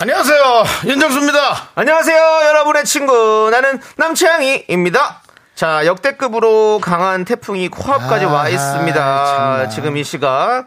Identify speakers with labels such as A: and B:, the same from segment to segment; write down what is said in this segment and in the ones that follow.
A: 안녕하세요. 윤정수입니다.
B: 안녕하세요, 여러분의 친구. 나는 남채양이입니다. 자, 역대급으로 강한 태풍이 코앞까지
A: 아, 예.
B: 와 있습니다.
A: 참나.
B: 지금 이 시각.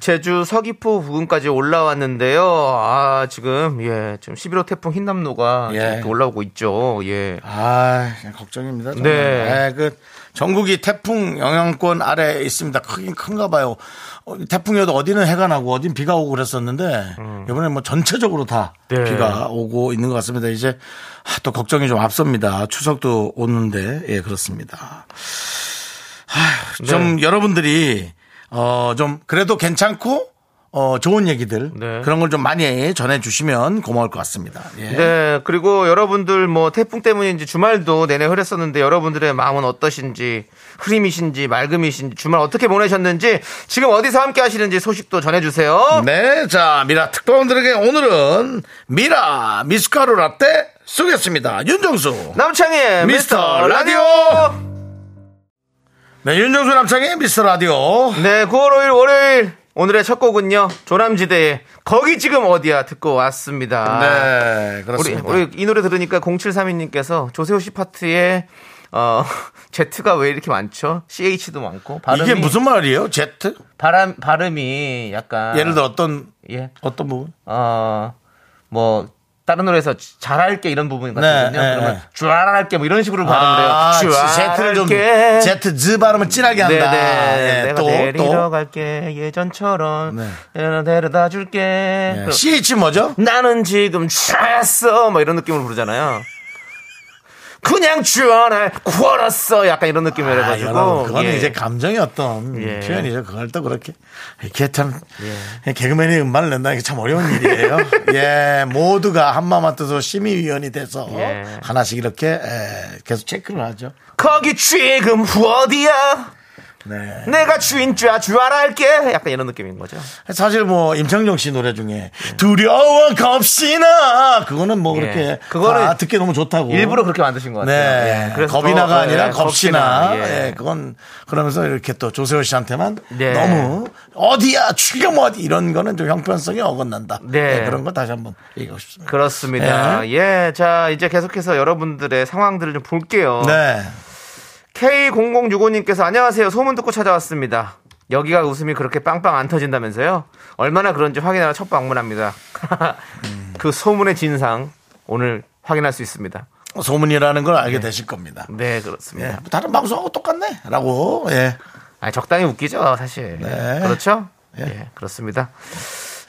B: 제주 서귀포 부근까지 올라왔는데요. 아, 지금, 예, 지금 11호 태풍 흰남노가
A: 예.
B: 지금 이렇게 올라오고 있죠. 예.
A: 아, 걱정입니다. 정말.
B: 네.
A: 예, 그 전국이 태풍 영향권 아래에 있습니다. 크긴 큰가 봐요. 어, 태풍이어도 어디는 해가 나고 어딘 비가 오고 그랬었는데 이번에 뭐 전체적으로 다
B: 네.
A: 비가 오고 있는 것 같습니다. 이제 아, 또 걱정이 좀 앞섭니다. 추석도 오는데 예, 그렇습니다. 아휴, 좀 여러분들이 어, 좀 그래도 괜찮고 어, 좋은 얘기들
B: 네.
A: 그런 걸 좀 많이 전해 주시면 고마울 것 같습니다. 예.
B: 네, 그리고 여러분들 뭐 태풍 때문인지 주말도 내내 흐렸었는데 여러분들의 마음은 어떠신지 흐림이신지 맑음이신지 주말 어떻게 보내셨는지 지금 어디서 함께 하시는지 소식도 전해주세요.
A: 네, 자, 미라 특파원들에게 오늘은 미라 미숫가루 라떼 쏘겠습니다. 윤정수.
B: 남창희의
A: 미스터
B: 미스터 라디오.
A: 네, 윤정수 남창의 미스터 라디오.
B: 네, 9월 5일 월요일 오늘의 첫 곡은요 조남지대의 거기 지금 어디야 듣고 왔습니다.
A: 네,
B: 우리
A: 그렇습니다.
B: 우리 이 노래 들으니까 0732님께서 조세호 씨 파트에 어 Z가 왜 이렇게 많죠? CH도 많고 발음이
A: 이게 무슨 말이에요? Z?
B: 바람 발음이 약간
A: 예를 들어 어떤,
B: 예.
A: 어떤 부분?
B: 어, 뭐, 다른 노래에서 잘할게 이런 부분 같거든요.
A: 네,
B: 그러면
A: 네.
B: 쥬랄할게 뭐 이런
A: 아,
B: 식으로 발음을 해요.
A: Z를 좀,
B: 쥬랄할게.
A: Z, Z 발음을 진하게
B: 네,
A: 한다.
B: 네.
A: 예,
B: 내가 데리러 갈게 예전처럼
A: 네.
B: 내가 데려다 줄게.
A: 예.
B: 그럼
A: CH 뭐죠?
B: 네. 나는 지금 쥐알았어 막 이런 느낌으로 부르잖아요. 그냥 쥐알아 구월었어 약간 이런 느낌으로
A: 아,
B: 해가지고
A: 여러분, 그거는
B: 예.
A: 이제 감정의 어떤
B: 예.
A: 표현이죠. 그걸 또 그렇게. 이게 참, 개그맨이 음반을 낸다는 게 참 어려운 일이에요. 예, 모두가 한마음 뜻으로 심의위원이 돼서
B: 예.
A: 하나씩 이렇게 예, 계속 체크를 하죠.
B: 거기 지금 어디야
A: 네.
B: 내가 주인 쥐야 쥐알할게 약간 이런 느낌인 거죠.
A: 사실 뭐 임창정 씨 노래 중에 두려워 겁시나 그거는 뭐 그렇게
B: 예. 그거를
A: 다 듣기 너무 좋다고
B: 일부러 그렇게 만드신 것 같아요.
A: 네.
B: 예, 그래서
A: 겁이
B: 더,
A: 나가
B: 예,
A: 아니라 겁시나.
B: 예.
A: 예, 그건 그러면서 이렇게 또 조세호 씨한테만
B: 네.
A: 너무 어디야 지금 어디 이런 거는 좀 형편성이 어긋난다.
B: 네.
A: 예, 그런 거 다시 한번 얘기하고 싶습니다.
B: 그렇습니다. 예, 자 이제 계속해서 여러분들의 상황들을 좀 볼게요.
A: 네.
B: K0065님께서 안녕하세요. 소문 듣고 찾아왔습니다. 여기가 웃음이 그렇게 빵빵 안 터진다면서요? 얼마나 그런지 확인하러 첫 방문합니다. 그 소문의 진상 오늘 확인할 수 있습니다.
A: 소문이라는 걸 알게 되실 겁니다.
B: 네,
A: 예.
B: 그렇습니다.
A: 다른 방송하고 똑같네. 라고. 예.
B: 아, 적당히 웃기죠, 사실.
A: 네.
B: 그렇죠? 예. 그렇습니다.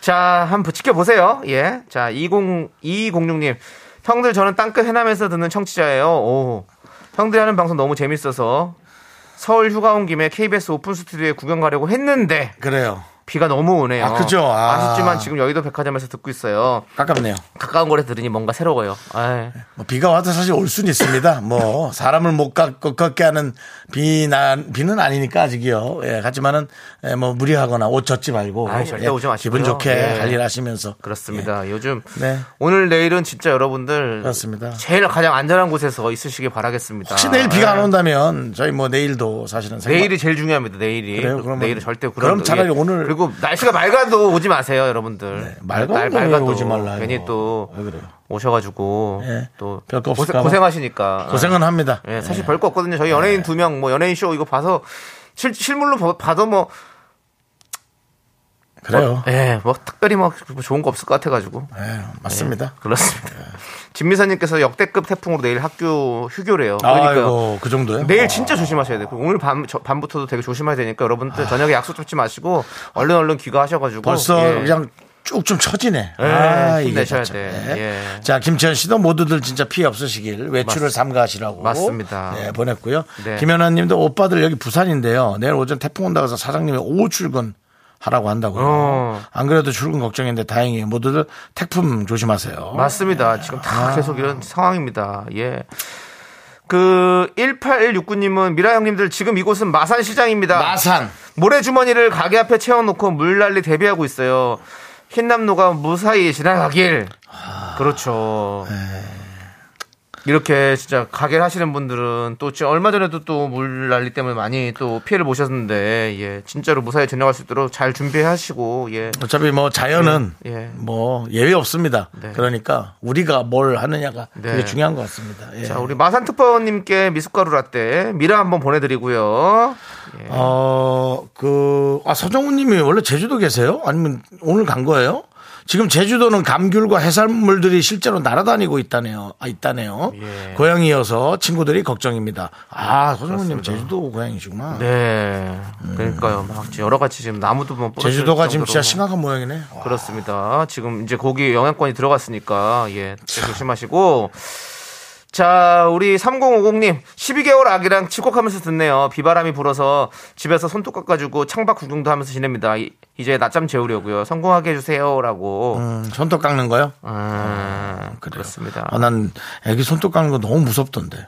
B: 자, 한번 지켜보세요. 예. 자, 202206님. 형들, 저는 땅끝 해남에서 듣는 청취자예요. 오. 형들이 하는 방송 너무 재밌어서 서울 휴가 온 김에 KBS 오픈 스튜디오에 구경 가려고 했는데
A: 그래요.
B: 비가 너무 오네요.
A: 아, 그죠? 아.
B: 쉽지만 지금 여의도 백화점에서 듣고 있어요.
A: 가깝네요.
B: 가까운 거리 들으니 뭔가 새로워요. 아이.
A: 뭐 비가 와도 사실 올 수는 있습니다. 뭐 사람을 못 가- 걷게 하는 비난 비는 아니니까 아직이요. 예, 하지만은 예, 뭐 무리하거나 옷 젖지 말고
B: 아이, 절대
A: 예,
B: 오지 마시고요.
A: 기분 좋게
B: 예.
A: 할 일 하시면서
B: 그렇습니다. 요즘
A: 네.
B: 오늘 내일은 진짜 여러분들
A: 그렇습니다.
B: 제일 가장 안전한 곳에서 있으시길 바라겠습니다.
A: 혹시 내일 비가 안
B: 네.
A: 온다면 저희 뭐 내일도 사실은 생각-
B: 내일이 제일 중요합니다. 내일이.
A: 그래요? 그러면-
B: 내일은 절대
A: 그럼 차라리
B: 예.
A: 오늘- 네,
B: 그리고 날씨가 맑아도 오지 마세요, 여러분들.
A: 맑아도
B: 날-
A: 왜 오지 말라요?
B: 괜히 또
A: 왜 그래요?
B: 오셔가지고
A: 예.
B: 또
A: 별거
B: 고생,
A: 없을까 봐.
B: 고생하시니까
A: 고생은 합니다.
B: 예, 사실
A: 예.
B: 별거 없거든요. 저희 연예인 두 명, 뭐 연예인 쇼 이거 봐서 실, 실물로 봐- 봐도 뭐,
A: 그래요.
B: 예, 뭐 특별히 뭐 좋은 거 없을 것 같아가지고.
A: 예, 맞습니다.
B: 그렇습니다.
A: 네.
B: 진미사님께서 역대급 태풍으로 내일 학교 휴교래요. 그러니까
A: 아이고 그 정도요.
B: 내일 진짜 조심하셔야 돼요. 오늘 밤, 저- 밤부터도 되게 조심해야 되니까 여러분들 저녁에 약속 잡지 마시고 얼른 얼른 귀가하셔가지고.
A: 아. 벌써
B: 예.
A: 그냥 쭉 좀 처지네. 아,
B: 예, 힘내셔야
A: 참.
B: 돼. 예.
A: 자, 김치현 씨도 모두들 진짜 피해 없으시길 외출을 삼가하시라고.
B: 맞습니다.
A: 네, 보냈고요.
B: 네.
A: 김현아 님도 오빠들 여기 부산인데요. 내일 오전 태풍 온다고 해서 사장님이 오후 출근 하라고 한다고요.
B: 어.
A: 안 그래도 출근 걱정인데 다행히 모두들 택품 조심하세요.
B: 맞습니다. 지금
A: 아.
B: 다 계속 이런 상황입니다. 예. 그 1869님은 미라 형님들 지금 이곳은 마산 시장입니다.
A: 마산.
B: 모래주머니를 가게 앞에 채워놓고 물난리 대비하고 있어요. 흰남노가 무사히 지나가길. 그렇죠.
A: 네.
B: 이렇게 진짜 가게를 하시는 분들은 또 진짜 얼마 전에도 또 물난리 때문에 많이 또 피해를 보셨는데 예 진짜로 무사히 지나갈 수 있도록 잘 준비하시고 예
A: 어차피 뭐 자연은
B: 예, 예.
A: 뭐 예외 없습니다.
B: 네.
A: 그러니까 우리가 뭘 하느냐가
B: 네.
A: 되게 중요한 것 같습니다. 예.
B: 자, 우리 마산특파원님께 미숫가루 라떼 미라 한번 보내드리고요. 예.
A: 어, 그, 아, 서정훈 님이 원래 제주도 계세요? 아니면 오늘 간 거예요? 지금 제주도는 감귤과 해산물들이 실제로 날아다니고 있다네요. 아, 있다네요.
B: 예.
A: 고향이어서 친구들이 걱정입니다. 아, 서정훈 님 제주도 고향이시구나.
B: 네. 그러니까요. 막 지금 여러 가지 지금 나무도 뭐 부러질
A: 제주도가 지금 진짜
B: 정도로.
A: 심각한 모양이네. 와.
B: 그렇습니다. 지금 이제 고기 영양권이 들어갔으니까 예 조심하시고. 자, 우리 3050님 12개월 아기랑 칠콕하면서 듣네요. 비바람이 불어서 집에서 손톱 깎아주고 창밖 구경도 하면서 지냅니다. 이- 이제 낮잠 재우려고요. 성공하게 해주세요라고.
A: 음, 손톱 깎는 거요?
B: 아,
A: 그래요.
B: 그렇습니다.
A: 아, 난 애기 손톱 깎는 거 너무 무섭던데.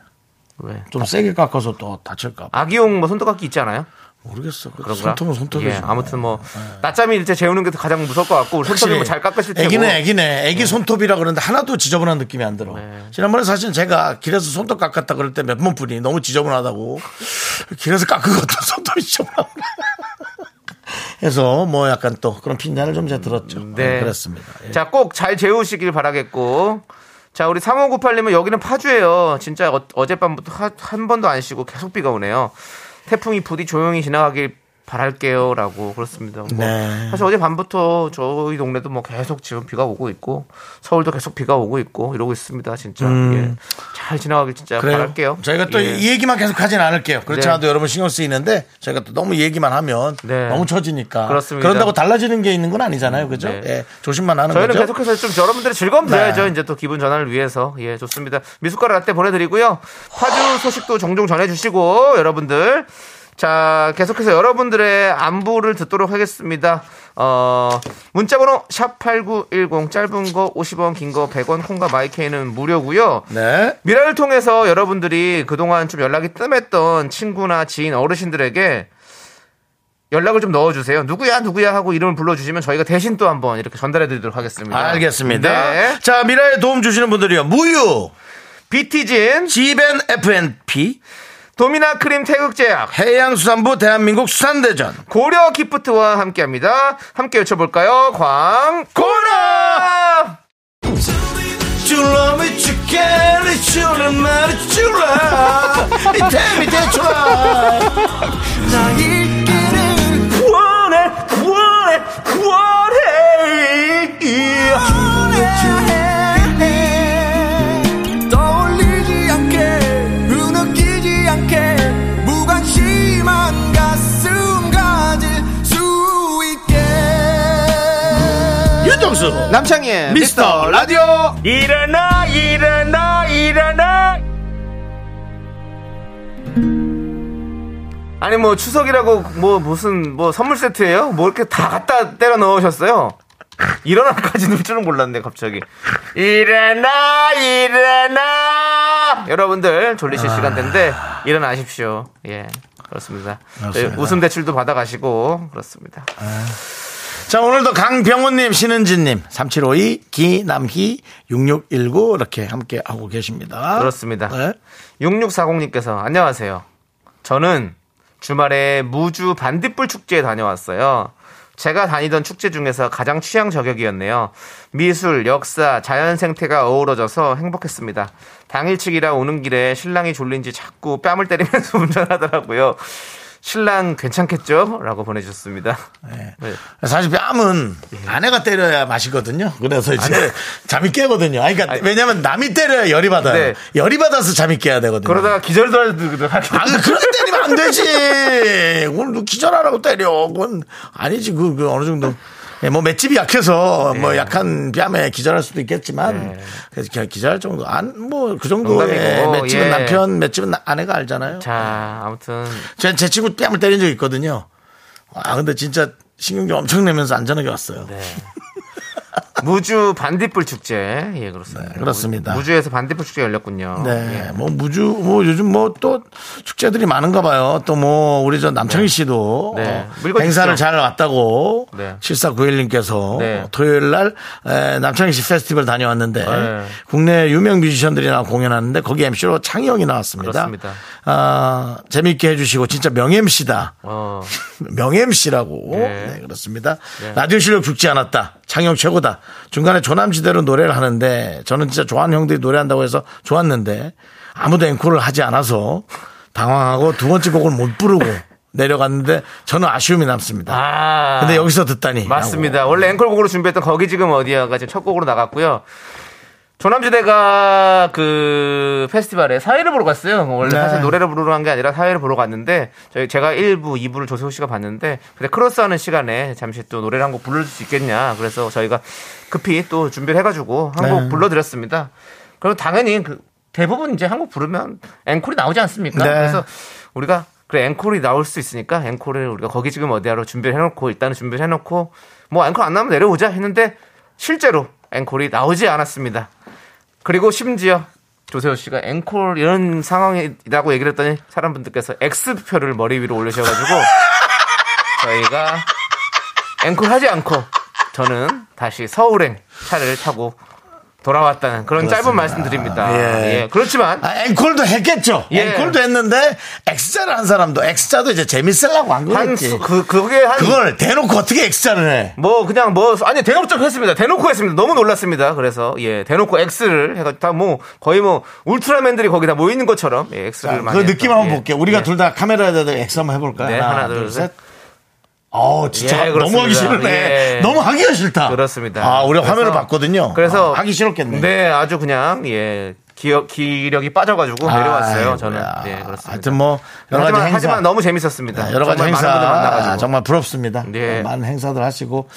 B: 왜?
A: 좀 세게 깎아서 또 다칠까 봐.
B: 아기용 뭐 손톱깎이 있지 않아요?
A: 모르겠어.
B: 그런가?
A: 손톱은 손톱이지.
B: 예, 아무튼 뭐 낮잠이 일제 재우는 게 가장 무서울 것 같고 우리 손톱이 그렇죠. 뭐잘 깎으실 테고.
A: 애기네, 애기네. 애기 손톱이라 그러는데 하나도 지저분한 느낌이 안 들어.
B: 네.
A: 지난번에 사실 제가 길에서 손톱 깎았다 그럴 때 몇 번 뿐이 너무 지저분하다고. 길에서 깎은 것도 손톱이 지저분하다. 해서 뭐 약간 또 그런 핀잔을 좀 제가 들었죠.
B: 네.
A: 그렇습니다. 예.
B: 자, 꼭 잘 재우시길 바라겠고. 자, 우리 3598님은 여기는 파주예요. 진짜 어, 젯밤부터 하, 한 번도 안 쉬고 계속 비가 오네요. 태풍이 부디 조용히 지나가길 바랄게요라고 그렇습니다. 뭐
A: 네.
B: 사실 어제 밤부터 저희 동네도 뭐 계속 지금 비가 오고 있고 서울도 계속 비가 오고 있고 이러고 있습니다. 진짜 예. 잘 지나가길 진짜
A: 음. 그래요.
B: 바랄게요.
A: 저희가 또 이
B: 예.
A: 얘기만 계속 하진 않을게요. 그렇지
B: 네.
A: 않아도 여러분 신경 쓰이는데 저희가 또 너무 얘기만 하면
B: 네.
A: 너무 처지니까.
B: 그렇습니다.
A: 그런다고 달라지는 게 있는 건 아니잖아요. 그죠?
B: 네.
A: 예. 조심만 하는
B: 저희는
A: 거죠.
B: 계속해서 좀 여러분들의 즐거움
A: 네.
B: 드려야죠. 이제 또 기분 전환을 위해서. 예, 좋습니다. 미숫가루 라떼 보내드리고요. 파주 소식도 종종 전해주시고, 여러분들. 자, 계속해서 여러분들의 안부를 듣도록 하겠습니다. 어, 문자번호 샵8910, 짧은 거 50원, 긴 거 100원, 콩과 마이케이는 무료고요
A: 네.
B: 미라를 통해서 여러분들이 그동안 좀 연락이 뜸했던 친구나 지인 어르신들에게 연락을 좀 넣어주세요. 누구야 누구야 하고 이름을 불러주시면 저희가 대신 또 한번 이렇게 전달해드리도록 하겠습니다.
A: 알겠습니다.
B: 네.
A: 자, 미라에 도움 주시는 분들이요. 무유,
B: 비티진
A: 지벤 FNP,
B: 도미나 크림 태극제약
A: 해양수산부 대한민국 수산대전,
B: 고려 기프트와 함께합니다. 함께 외쳐볼까요? 광고라.
C: 떠올리지 않게 흐느끼지 않게 무관심한 가슴까지 수 있게
A: 윤정수,
B: 남창희
A: 미스터 라디오.
B: 일어나 일어나 일어나 아니 뭐 추석이라고 뭐 무슨 뭐 선물 세트예요? 뭐 이렇게 다 갖다 때려 넣으셨어요? 일어나까지 넣을 줄은 몰랐네 갑자기 일어나 일어나 여러분들 졸리실
A: 아.
B: 시간대인데 일어나십시오 예 그렇습니다,
A: 그렇습니다.
B: 웃음 대출도 받아가시고 그렇습니다
A: 자, 오늘도 강병훈님, 신은진님, 3752, 기남희, 6619 이렇게 함께 하고 계십니다.
B: 그렇습니다.
A: 네.
B: 6640님께서 안녕하세요. 저는 주말에 무주 반딧불 축제에 다녀왔어요. 제가 다니던 축제 중에서 가장 취향 저격이었네요. 미술, 역사, 자연 생태가 어우러져서 행복했습니다. 당일치기라 오는 길에 신랑이 졸린지 자꾸 뺨을 때리면서 운전하더라고요. 신랑 괜찮겠죠? 라고 보내주셨습니다. 네.
A: 사실 뺨은 아내가 때려야 맛이거든요. 그래서 이제 잠이 깨거든요. 아니, 그러니까 왜냐면 남이 때려야 열이 받아요.
B: 네.
A: 열이 받아서 잠이 깨야 되거든요.
B: 그러다가 기절도 하기도
A: 아, 그- 그렇게 때리면 안 되지. 오늘 너 기절하라고 때려. 그건 아니지. 그, 그 어느 정도. 예, 뭐 맷집이 약해서
B: 예.
A: 뭐 약한 뺨에 기절할 수도 있겠지만 그래서 그냥 기절할 정도 안 뭐 그 정도의
B: 농담이고,
A: 맷집은
B: 예.
A: 남편 맷집은 나- 아내가 알잖아요.
B: 자, 아무튼
A: 제, 제 친구 뺨을 때린 적 있거든요. 아 근데 진짜 신경전 엄청 내면서 안전하게 왔어요.
B: 네. 무주 반딧불 축제 예 그렇습니다.
A: 네, 그렇습니다.
B: 무주에서 반딧불 축제 열렸군요.
A: 네,
B: 예.
A: 뭐 무주 뭐 요즘 뭐 또 축제들이 많은가 봐요. 또 뭐 우리 저 남창희 씨도
B: 네.
A: 어,
B: 물건
A: 행사를
B: 주시죠.
A: 잘 왔다고
B: 네.
A: 7491님께서 어,
B: 네.
A: 토요일 날 에, 남창희 씨 페스티벌 다녀왔는데
B: 네.
A: 국내 유명 뮤지션들이 나 공연하는데 거기 MC로 창희 형이 나왔습니다.
B: 그렇습니다.
A: 아, 재미있게 해주시고 진짜 명 MC다.
B: 어,
A: 명 MC라고.
B: 네.
A: 네, 그렇습니다.
B: 예.
A: 라디오 실력 죽지 않았다. 창영 최고다. 중간에 조남지대로 노래를 하는데 저는 진짜 좋아하는 형들이 노래한다고 해서 좋았는데 아무도 앵콜을 하지 않아서 당황하고 두 번째 곡을 못 부르고 내려갔는데 저는 아쉬움이 남습니다.
B: 아
A: 근데 여기서 듣다니.
B: 맞습니다. 원래 앵콜곡으로 준비했던 거기 지금 어디야가 지금 첫 곡으로 나갔고요. 조남지대가 그 페스티벌에 사회를 보러 갔어요. 원래
A: 네.
B: 사실 노래를 부르러 간 게 아니라 사회를 보러 갔는데 저희 제가 1부, 2부를 조세호 씨가 봤는데 근데 크로스하는 시간에 잠시 또 노래를 한 곡 불러줄 수 있겠냐. 그래서 저희가 급히 또 준비를 해가지고 한 곡
A: 네.
B: 불러드렸습니다. 그럼 당연히 그 대부분 이제 한곡 부르면 앵콜이 나오지 않습니까?
A: 네.
B: 그래서 우리가 그래 앵콜이 나올 수 있으니까 앵콜을 우리가 거기 지금 어디야로 준비를 해놓고 일단은 준비를 해놓고 뭐 앵콜 안 나오면 내려오자 했는데 실제로 앵콜이 나오지 않았습니다. 그리고 심지어 조세호 씨가 앵콜 이런 상황이라고 얘기를 했더니 사람분들께서 X표를 머리 위로 올리셔가지고 저희가 앵콜 하지 않고 저는 다시 서울행 차를 타고 돌아왔다는 그런 짧은 말씀 드립니다.
A: 예.
B: 예. 그렇지만
A: 아, 앵콜도 했겠죠.
B: 예.
A: 앵콜도 했는데 X자를 한 사람도 X자도 이제 재밌으려고 한 거겠지.
B: 한그 아, 예. 그게 한
A: 그걸 대놓고 어떻게 X자를 해?
B: 뭐 그냥 뭐 아니 대놓고 좀 했습니다. 대놓고 했습니다. 너무 놀랐습니다. 그래서 예 대놓고 X를 해가지고 다 뭐 거의 뭐 울트라맨들이 거기 다 모이는 것처럼 예, X를
A: 자,
B: 많이.
A: 그 느낌
B: 했던,
A: 한번
B: 예.
A: 볼게요. 우리가
B: 예.
A: 둘 다 카메라에다 엑스 한번 해볼까요?
B: 네, 하나, 둘, 셋.
A: 어 진짜
B: 예,
A: 너무
B: 그렇습니다.
A: 하기 싫네.
B: 예.
A: 너무 하기가 싫다.
B: 그렇습니다.
A: 아, 우리가
B: 그래서-
A: 화면을 봤거든요.
B: 그래서
A: 아, 하기 싫었겠네.
B: 네 아주 그냥 예 기억 기력이 빠져가지고 내려왔어요.
A: 아이고야.
B: 저는 예 그렇습니다.
A: 하여튼 뭐 여러 가지
B: 하지만,
A: 행사,
B: 하지만 너무 재밌었습니다.
A: 여러 가지
B: 아, 정말
A: 행사
B: 많은 분들 만나가지고.
A: 아, 정말 부럽습니다.
B: 네.
A: 많은 행사들 하시고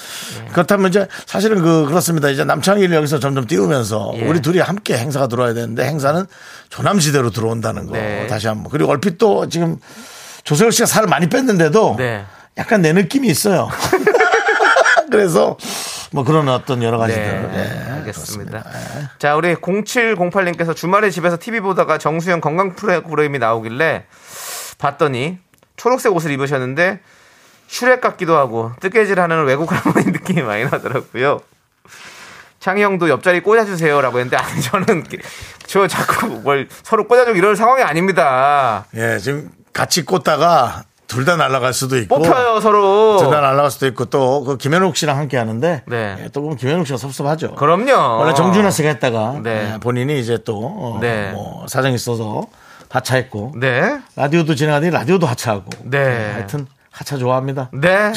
A: 그렇다면 이제 사실은 그 그렇습니다. 이제 남창희를 여기서 점점 띄우면서
B: 예.
A: 우리 둘이 함께 행사가 들어와야 되는데 행사는 조남지대로 들어온다는 거
B: 네.
A: 다시 한번 그리고 얼핏 또 지금 조세호 씨가 살을 많이 뺐는데도
B: 네.
A: 약간 내 느낌이 있어요. 그래서 뭐 그런 어떤 여러 가지들.
B: 네,
A: 예,
B: 알겠습니다.
A: 그렇습니다.
B: 자, 우리 0708님께서 주말에 집에서 TV 보다가 정수영 건강 프로그램이 나오길래 봤더니 초록색 옷을 입으셨는데 슈렉 같기도 하고 뜨개질하는 외국 할머니 느낌이 많이 나더라고요. 창희 형도 옆자리 꽂아주세요라고 했는데 아니 저는 저 자꾸 뭘 서로 꽂아주고 이럴 상황이 아닙니다.
A: 예, 지금 같이 꽂다가 둘 다 날아갈 수도 있고
B: 뽑혀요 서로.
A: 둘다 날아갈 수도 있고 또 그 김현욱 씨랑 함께 하는데
B: 네.
A: 예, 또 보면 김현욱 씨가 섭섭하죠.
B: 그럼요.
A: 원래 정준하 씨가 했다가
B: 네.
A: 예, 본인이 이제 또 어,
B: 네.
A: 뭐 사정이 있어서 하차했고
B: 네.
A: 라디오도 진행하더니 라디오도 하차하고
B: 네.
A: 예, 하여튼 하차 좋아합니다.
B: 네.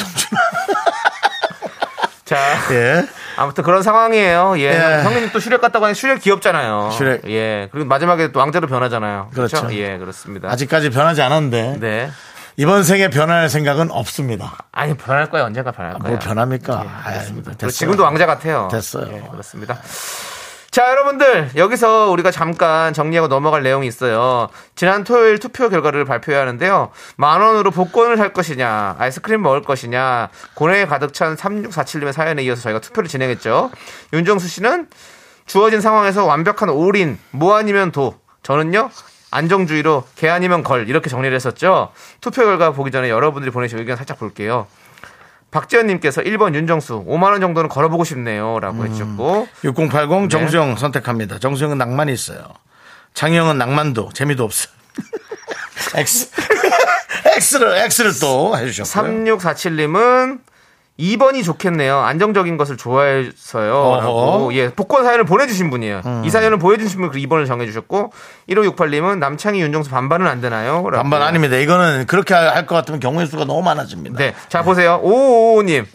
B: 자.
A: 예.
B: 아무튼 그런 상황이에요. 예.
A: 예.
B: 형님 또 슈렉 같다고 하니 슈렉 귀엽잖아요.
A: 슈렉.
B: 예. 그리고 마지막에 또 왕자로 변하잖아요. 그렇죠.
A: 그렇죠.
B: 예, 그렇습니다.
A: 아직까지 변하지 않았는데
B: 네.
A: 이번 생에 변할 생각은 없습니다.
B: 아니, 변할 거예요. 언젠가 변할 거예요. 네,
A: 뭘 변합니까? 아이,
B: 그리고
A: 됐어요.
B: 그렇죠. 지금도 왕자 같아요.
A: 됐어요.
B: 예, 그렇습니다. 자, 여러분들. 여기서 우리가 잠깐 정리하고 넘어갈 내용이 있어요. 지난 토요일 투표 결과를 발표해야 하는데요. 만 원으로 복권을 살 것이냐, 아이스크림 먹을 것이냐, 고뇌에 가득 찬 3647님의 사연에 이어서 저희가 투표를 진행했죠. 윤정수 씨는 주어진 상황에서 완벽한 올인, 뭐 아니면 도. 저는요, 안정주의로 개 아니면 걸. 이렇게 정리를 했었죠. 투표 결과 보기 전에 여러분들이 보내신 의견 살짝 볼게요. 박지현님께서 1번 윤정수 5만원 정도는 걸어보고
A: 음.
B: 싶네요라고 해주셨고
A: 6080 정수영 선택합니다. 정수영은 낭만이 있어요. 장영은 낭만도 재미도 없어요. X X를 X를 또 해주셨고요.
B: 3647님은 2번이 좋겠네요. 안정적인 것을 좋아해서요.
A: 어허. 음.
B: 라고. 예, 복권 사연을 보내주신 분이에요. 이 사연을 보내주신 분, 그 2번을 정해주셨고, 1568님은 남창희, 윤정수 반반은 안 되나요? 라고.
A: 반반 아닙니다. 이거는 그렇게 할 것 같으면 경우의 수가 너무 많아집니다.
B: 네. 자, 보세요. 5555님.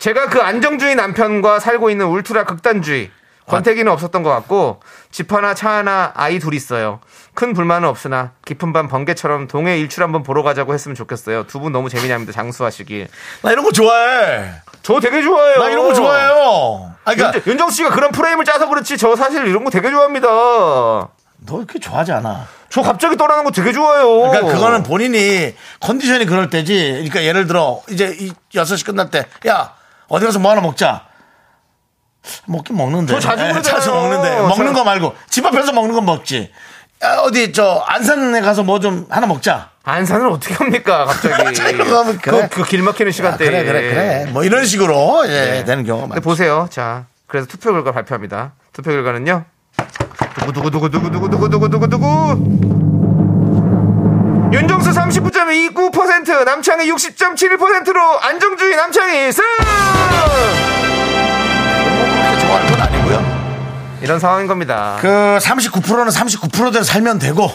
B: 제가 그 안정주의 남편과 살고 있는 울트라 극단주의. 권태기는 없었던 것 같고, 집 하나, 차 하나, 아이 둘 있어요. 큰 불만은 없으나, 깊은 밤 번개처럼 동해 일출 한번 보러 가자고 했으면 좋겠어요. 두 분 너무 재미납니다. 장수하시길.
A: 나 이런 거 좋아해.
B: 저 되게 좋아해요.
A: 나 이런 거 좋아해요. 아, 그러니까
B: 윤정, 윤정수 씨가 그런 프레임을 짜서 그렇지, 저 사실 이런 거 되게 좋아합니다.
A: 너 이렇게 좋아하지 않아.
B: 저 갑자기 떠나는 거 되게 좋아요.
A: 그러니까 그거는 본인이 컨디션이 그럴 때지. 그러니까 예를 들어 이제 이 6시 끝날 때, 야 어디 가서 뭐 하나 먹자. 먹긴 먹는데.
B: 저 자주
A: 예,
B: 그러잖아요.
A: 자주 먹는데 먹는
B: 저-
A: 거 말고 집 앞에서 먹는 건 먹지. 야, 어디 저 안산에 가서 뭐 좀 하나 먹자.
B: 안산을 어떻게 합니까, 갑자기.
A: 자기가 가면 그래.
B: 그, 그 길 막히는
A: 아,
B: 시간대에.
A: 그래 그래 그래. 뭐 이런 식으로 예, 되는 경우가
B: 네. 근데
A: 많죠.
B: 보세요. 자, 그래서 투표 결과 발표합니다. 투표 결과는요. 누구 누구 누구 누구 누구 누구 누구 누구 누구. 윤정수 39.29% 남창희 60.71%로 안정주의 남창희 승!
A: 뭐 그렇게 좋아하는 건 아니고요.
B: 이런 상황인 겁니다.
A: 그 39%는 39%대로 살면 되고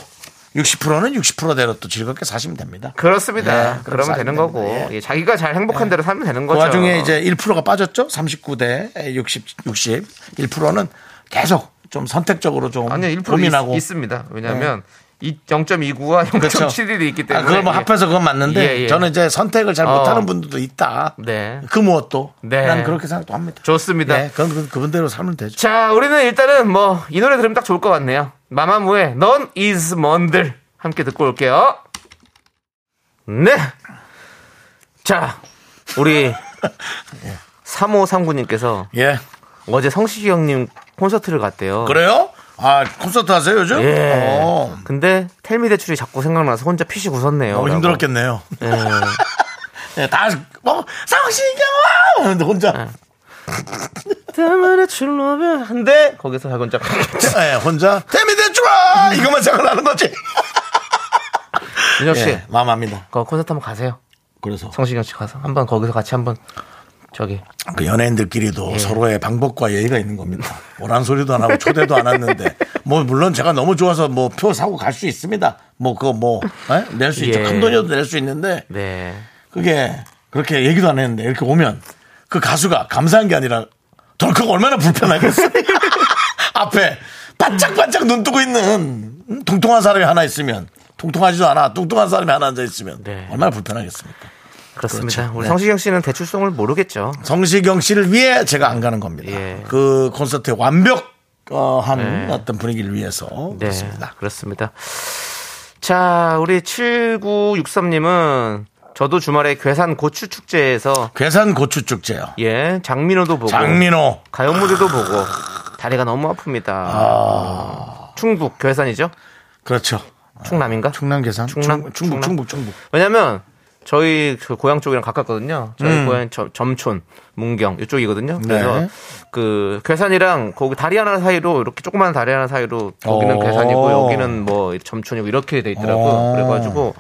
A: 60%는 60%대로 또 즐겁게 사시면 됩니다.
B: 그, 렇습니다
A: 예,
B: 그러면 되는
A: 됩니다.
B: 거고
A: 예.
B: 예, 자기가 잘 행복한 대로 살면 되는
A: 그
B: 거죠.
A: 와중에 이제 1%가 빠졌죠. 39대 60, 60. 1%는 계속 좀 선택적으로 좀
B: 아니요 1%
A: 고민하고 네. 그렇죠.
B: 있, 습니다 왜냐하면 이 0.29와 0.71이 있기
A: 아,
B: 때문에
A: 그걸 뭐
B: 예.
A: 합해서 그건 맞는데
B: 예, 예.
A: 저는 이제 선택을 잘
B: 어.
A: 못하는 분들도 있다.
B: 네.
A: 그 무엇도
B: 네.
A: 난 그렇게 생각도 합니다.
B: 좋습니다.
A: 네, 그건 그- 그분대로 살면 되죠.
B: 자, 우리는 일단은 뭐 이 노래 들으면 딱 좋을 것 같네요. 마마무의 넌 is 먼들 함께 듣고 올게요. 네. 자, 우리 3539님께서
A: 예.
B: 어제 성식이 형님 콘서트를 갔대요.
A: 그래요? 아 콘서트 하세요 요즘?
B: 예.
A: 어.
B: 근데 텔미 대출이 자꾸 생각나서 혼자 피식 웃었네요.
A: 너무
B: 라고.
A: 힘들었겠네요.
B: 예.
A: 예, 다, 뭐, 상식이야! 하는데 혼자,
B: 텔미 대출 러브 한데 거기서 자꾸 혼자
A: 예, 혼자, 데미 대출아! 이것만 생각을 하는 거지.
B: 민혁 씨,
A: 예, 마음합니다.
B: 거 콘서트 한번 가세요.
A: 그래서.
B: 성식이 형씨 가서 한번 거기서 같이 한번 저기
A: 그 연예인들끼리도 서로의 방법과 예의가 있는 겁니다. 오란 소리도 안 하고 초대도 안 왔는데, 뭐, 물론 제가 너무 좋아서 뭐, 표 사고 갈 수 있습니다. 뭐, 그거 뭐, 낼 수 있죠.
B: 예.
A: 큰 돈이어도 낼 수 있는데,
B: 네.
A: 그게, 그렇게 얘기도 안 했는데, 이렇게 오면, 그 가수가 감사한 게 아니라, 덜컥 얼마나 불편하겠어요. 앞에, 반짝반짝 눈 뜨고 있는, 음, 통통한 사람이 하나 있으면, 통통하지도 않아, 뚱뚱한 사람이 하나 앉아있으면,
B: 네.
A: 얼마나 불편하겠습니까.
B: 그렇습니다.
A: 그렇죠.
B: 우리
A: 네.
B: 성시경 씨는 대출송을 모르겠죠.
A: 성시경 씨를 위해 제가 안 가는 겁니다.
B: 예.
A: 그 콘서트의 완벽한 어떤 분위기를 위해서.
B: 네,
A: 그렇습니다.
B: 그렇습니다. 자, 우리 7963님은 저도 주말에 괴산 고추 축제에서
A: 괴산 고추축제요.
B: 예 장민호도 보고
A: 장민호.
B: 가요 무대도 보고 다리가 너무 아픕니다. 충북 괴산이죠?
A: 그렇죠.
B: 충남인가?
A: 충남 괴산.
B: 충남?
A: 충- 충북,
B: 충남?
A: 충북, 충북.
B: 왜냐면 저희 그 고향 쪽이랑 가깝거든요. 저희 고향 점, 점촌, 문경 이쪽이거든요. 그래서
A: 음. 네.
B: 그 괴산이랑 거기 다리 하나 사이로 이렇게 조그만 다리 하나 사이로 거기는
A: 오.
B: 괴산이고 여기는 뭐 점촌이고 이렇게 돼 있더라고.
A: 오.
B: 요 그래가지고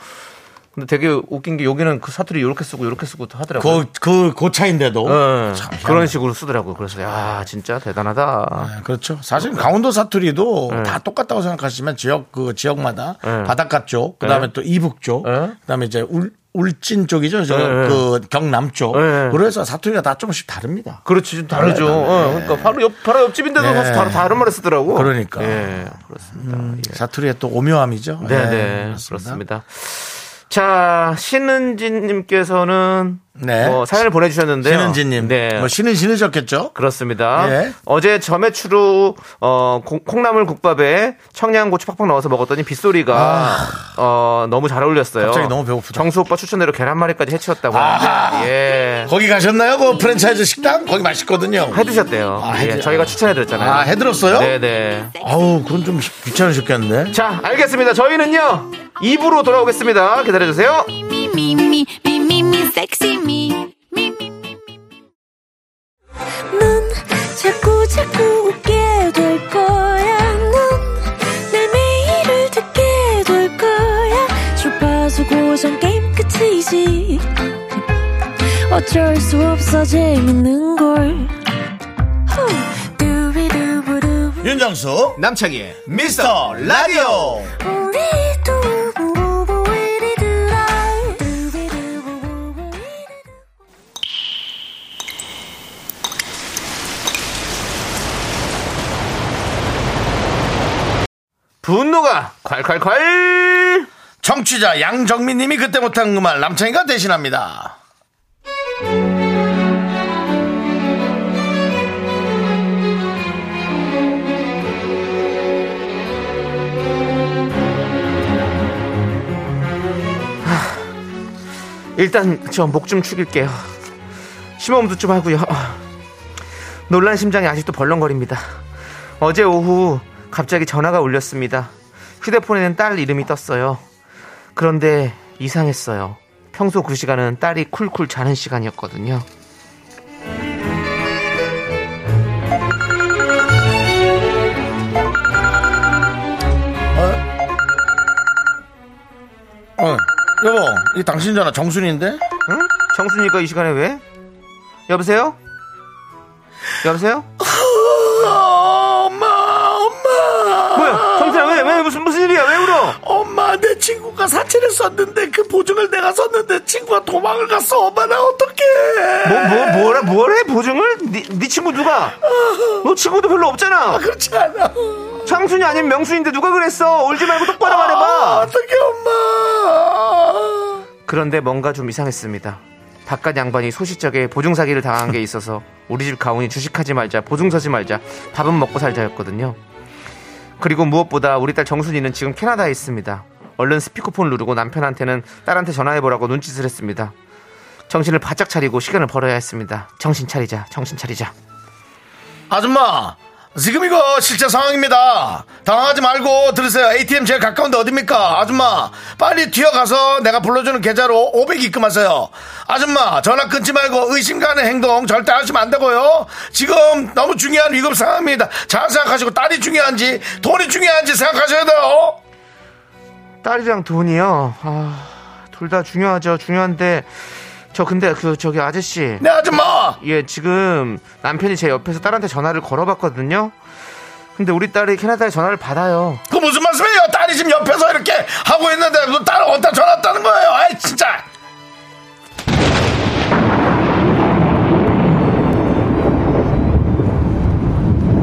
B: 근데 되게 웃긴 게 여기는 그 사투리 이렇게 쓰고 이렇게 쓰고 하더라고요.
A: 그, 그 고차인데도.
B: 예,
A: 참 희한하다.
B: 네. 그런 식으로 쓰더라고요. 그래서 야 진짜 대단하다.
A: 네, 그렇죠. 사실 강원도 사투리도
B: 네.
A: 다 똑같다고 생각하시면 지역 그 지역마다 바닷가 쪽, 그다음에
B: 네.
A: 또 이북 쪽,
B: 네.
A: 그다음에 이제 울, 울진 쪽이죠. 저
B: 네.
A: 그 경남 쪽.
B: 네.
A: 그래서 사투리가 다 조금씩 다릅니다.
B: 그렇지 좀 다르죠.
A: 네, 네.
B: 어, 그러니까 바로 옆 바로 옆집인데도
A: 네.
B: 사실 다른 다른 말을 쓰더라고.
A: 그러니까. 음.
B: 예, 그렇습니다. 예.
A: 사투리의 또 오묘함이죠.
B: 네,
A: 예,
B: 네, 그렇습니다. 자, 신은진님께서는
A: 네.
B: 뭐 사연을 보내주셨는데요.
A: 신은지님,
B: 네.
A: 뭐 신은 신으셨겠죠?
B: 그렇습니다.
A: 예.
B: 어제 점액추루 어, 콩- 콩나물 국밥에 청양고추 팍팍 넣어서 먹었더니 빗소리가 어, 너무 잘 어울렸어요.
A: 아. 갑자기 너무 배고프다.
B: 정수 오빠 추천대로 계란말이까지 해치웠다고
A: 아하.
B: 하는데 예.
A: 거기 가셨나요? 그 프랜차이즈 식당 거기 맛있거든요.
B: 해드셨대요.
A: 아,
B: 예,
A: 해드-
B: 저희가 추천해드렸잖아요.
A: 아 해들었어요?
B: 네네.
A: 아우 그건 좀 귀찮으셨겠네.
B: 자, 알겠습니다. 저희는요, 2부로 돌아오겠습니다. 기다려주세요.
D: me, me, me, me, me, me, sexy me. Me, me, me, me, me. 넌 자꾸, 자꾸 웃게 될 거야. 넌내 매일을 듣게 될 거야. 주파수 고정 게임 끝이지. 어쩔 수 없어, 재밌는 걸. 후. 두비두부두부.
A: 윤정수 남창희 미스터 라디오.
D: 우리 두부부부 우리들아. 두비두부부부 우리들아.
B: 분노가 콸콸콸!
A: 정취자 양정민님이 그때 못한 그 말 남창희가 대신합니다.
B: 일단 저 목 좀 축일게요. 심호흡도 좀 하고요. 놀란 심장이 아직도 벌렁거립니다. 어제 오후 갑자기 전화가 울렸습니다. 휴대폰에는 딸 이름이 떴어요. 그런데 이상했어요. 평소 그 시간은 딸이 쿨쿨 자는 시간이었거든요.
A: 어, 여보, 이 당신 전화 정순인데?
B: 응? 정순이가 이 시간에 왜? 여보세요? 여보세요?
A: 엄마, 엄마,
B: 뭐야? 정순아 왜? 왜 무슨 무슨 일이야? 왜 울어?
A: 엄마, 내 친구가 사채를 썼는데 그 보증을 내가 썼는데 친구가 도망을 갔어. 엄마, 나 어떡해?
B: 뭐, 뭐, 뭐라, 뭐래? 보증을? 니, 니 친구 누가? 너 친구도 별로 없잖아.
A: 그렇지 않아.
B: 창순이 아닌 명순인데 누가 그랬어? 울지 말고 똑바로
A: 아,
B: 말해봐.
A: 어떡해, 엄마.
B: 그런데 뭔가 좀 이상했습니다. 바깥 양반이 소시적에 보증 사기를 당한 게 있어서 우리 집 가훈이 주식하지 말자, 보증 서지 말자, 밥은 먹고 살자였거든요. 그리고 무엇보다 우리 딸 정순이는 지금 캐나다에 있습니다. 얼른 스피커폰 누르고 남편한테는 딸한테 전화해보라고 눈짓을 했습니다. 정신을 바짝 차리고 시간을 벌어야 했습니다. 정신 차리자, 정신 차리자.
A: 아줌마, 지금 이거 실제 상황입니다. 당황하지 말고 들으세요. ATM 제일 가까운데 어딥니까? 아줌마, 빨리 뛰어가서 내가 불러주는 계좌로 500 입금하세요. 아줌마, 전화 끊지 말고 의심 가는 행동 절대 하시면 안 되고요. 지금 너무 중요한 위급 상황입니다. 잘 생각하시고 딸이 중요한지 돈이 중요한지 생각하셔야 돼요.
B: 딸이랑 돈이요. 아, 둘 다 중요하죠. 중요한데 저 근데 그 저기 아저씨.
A: 네, 아줌마.
B: 예, 지금 남편이 제 옆에서 딸한테 전화를 걸어봤거든요. 근데 우리 딸이 캐나다에 전화를 받아요.
A: 그 무슨 말씀이에요? 딸이 지금 옆에서 이렇게 하고 있는데 그 딸은 어디다 전화 왔다는 거예요? 아이, 진짜.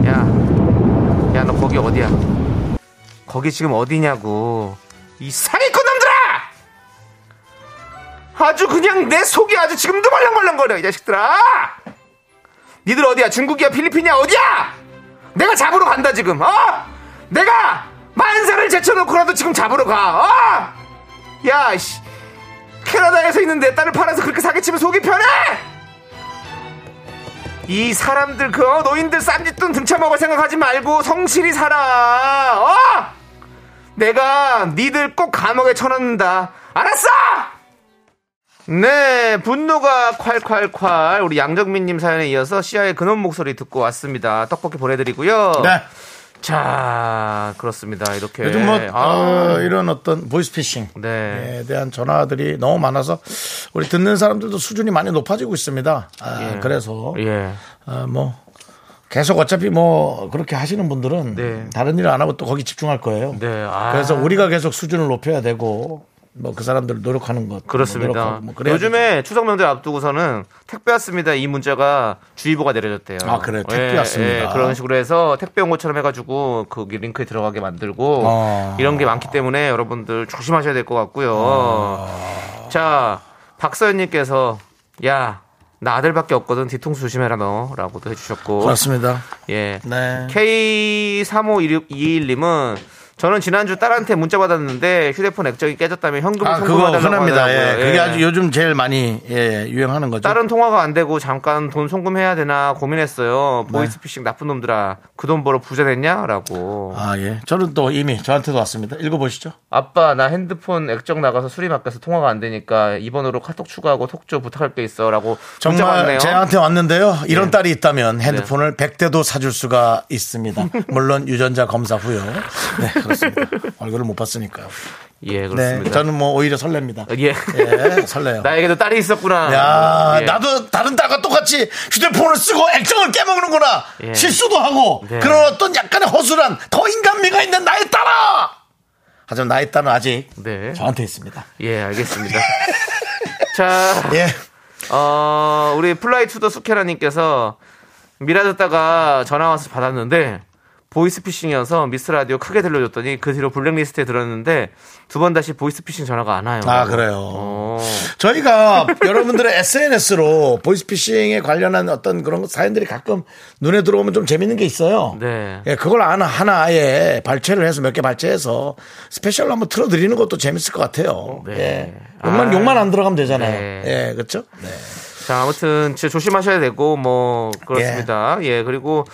B: 야, 야, 너 거기 어디야? 거기 지금 어디냐고. 이 사기꾼 놈들아! 아주 그냥 내 속이 아주 지금도 말랑말랑거려, 이 자식들아! 니들 어디야? 중국이야? 필리핀이야? 어디야? 내가 잡으러 간다, 지금, 어? 내가 만사를 제쳐놓고라도 지금 잡으러 가, 어? 야, 씨. 캐나다에서 있는 내 딸을 팔아서 그렇게 사기치면 속이 편해! 이 사람들 그 어, 노인들 쌈짓돈 등쳐 먹을 생각하지 말고 성실히 살아. 어? 내가 니들 꼭 감옥에 쳐넣는다. 알았어? 네, 분노가 콸콸콸. 우리 양정민님 사연에 이어서 시아의 근원 목소리 듣고 왔습니다. 떡볶이 보내드리고요. 자, 그렇습니다. 이렇게.
A: 네. 요즘 뭐
B: 아,
A: 어, 이런 어떤 보이스피싱에
B: 네.
A: 예, 대한 전화들이 너무 많아서 우리 듣는 사람들도 수준이 많이 높아지고 있습니다. 아,
B: 예.
A: 그래서
B: 예.
A: 아, 뭐 계속 어차피 뭐 그렇게 하시는 분들은
B: 네.
A: 다른 일을 안 하고 또 거기 집중할 거예요.
B: 네, 아.
A: 그래서 우리가 계속 수준을 높여야 되고 뭐 그 사람들 노력하는 것 뭐
B: 그렇습니다.
A: 노력하고 뭐 그래야
B: 요즘에 추석 명절 앞두고서는 택배 왔습니다 이 문자가 주의보가 내려졌대요. 예,
A: 아, 그래요? 택배 왔습니다.
B: 그런 식으로 해서 택배 온 것처럼 해가지고 거기 링크에 들어가게 만들고
A: 아.
B: 이런 게 많기 때문에 여러분들 조심하셔야 될 것 같고요.
A: 아.
B: 자 박서연님께서 야 나 아들밖에 없거든 뒤통수 조심해라 너라고도 해주셨고
A: 그렇습니다.
B: 예.
A: 네.
B: K3521님은 저는 지난주 딸한테 문자 받았는데 휴대폰 액정이 깨졌다며 현금
A: 아, 그거
B: 송금해달라고
A: 흔합니다. 예.
B: 하더라고요.
A: 그게
B: 예.
A: 아주 요즘 제일 많이 예, 유행하는 거죠.
B: 다른 통화가 안 되고 잠깐 돈 송금해야 되나
A: 네.
B: 고민했어요. 보이스피싱 나쁜 놈들아. 그 돈 벌어 부자 됐냐라고.
A: 아, 예. 저는 또 이미 저한테도 왔습니다. 읽어보시죠.
B: 아빠 나 핸드폰 액정 나가서 수리 맡겨서 통화가 안 되니까 이번호로 카톡 추가하고 톡조 부탁할 게 있어라고 문자
A: 정말
B: 왔네요. 네.
A: 제한테 왔는데요. 이런 딸이 있다면 핸드폰을 100대도 사줄 수가 있습니다. 물론 유전자 검사 후요. 네, 그렇습니다. 얼굴을 못 봤으니까요.
B: 예,
A: 네,
B: 그렇습니다.
A: 저는 뭐 오히려 설렙니다.
B: 예.
A: 예, 설레요.
B: 나에게도 딸이 있었구나.
A: 야,
B: 예.
A: 나도 다른 딸과 똑같이 휴대폰을 쓰고 액정을 깨먹는구나.
B: 예.
A: 실수도 하고
B: 네.
A: 그런 어떤 약간의 허술한 더 인간미가 있는 나의 딸아. 하지만 나의 딸은 아직
B: 네.
A: 저한테 있습니다.
B: 예, 알겠습니다. 자,
A: 예,
B: 어, 우리 플라이 투더 수케라님께서 미라 듣다가 전화 와서 받았는데 보이스피싱이어서 미스 라디오 크게 들려줬더니 그 뒤로 블랙리스트에 들었는데 두 번 다시 보이스피싱 전화가 안 와요.
A: 아, 그래요.
B: 어.
A: 저희가 여러분들의 SNS로 보이스피싱에 관련한 어떤 그런 거, 사연들이 가끔 눈에 들어오면 좀 재밌는 게 있어요.
B: 네.
A: 예, 그걸 하나, 하나에 발췌를 해서 몇 개 발췌해서 스페셜로 한번 틀어드리는 것도 재밌을 것 같아요.
B: 네.
A: 예. 욕만,
B: 아.
A: 욕만 안 들어가면 되잖아요.
B: 네.
A: 예, 그렇죠?
B: 자, 아무튼 진짜 조심하셔야 되고 뭐 그렇습니다. 예, 그리고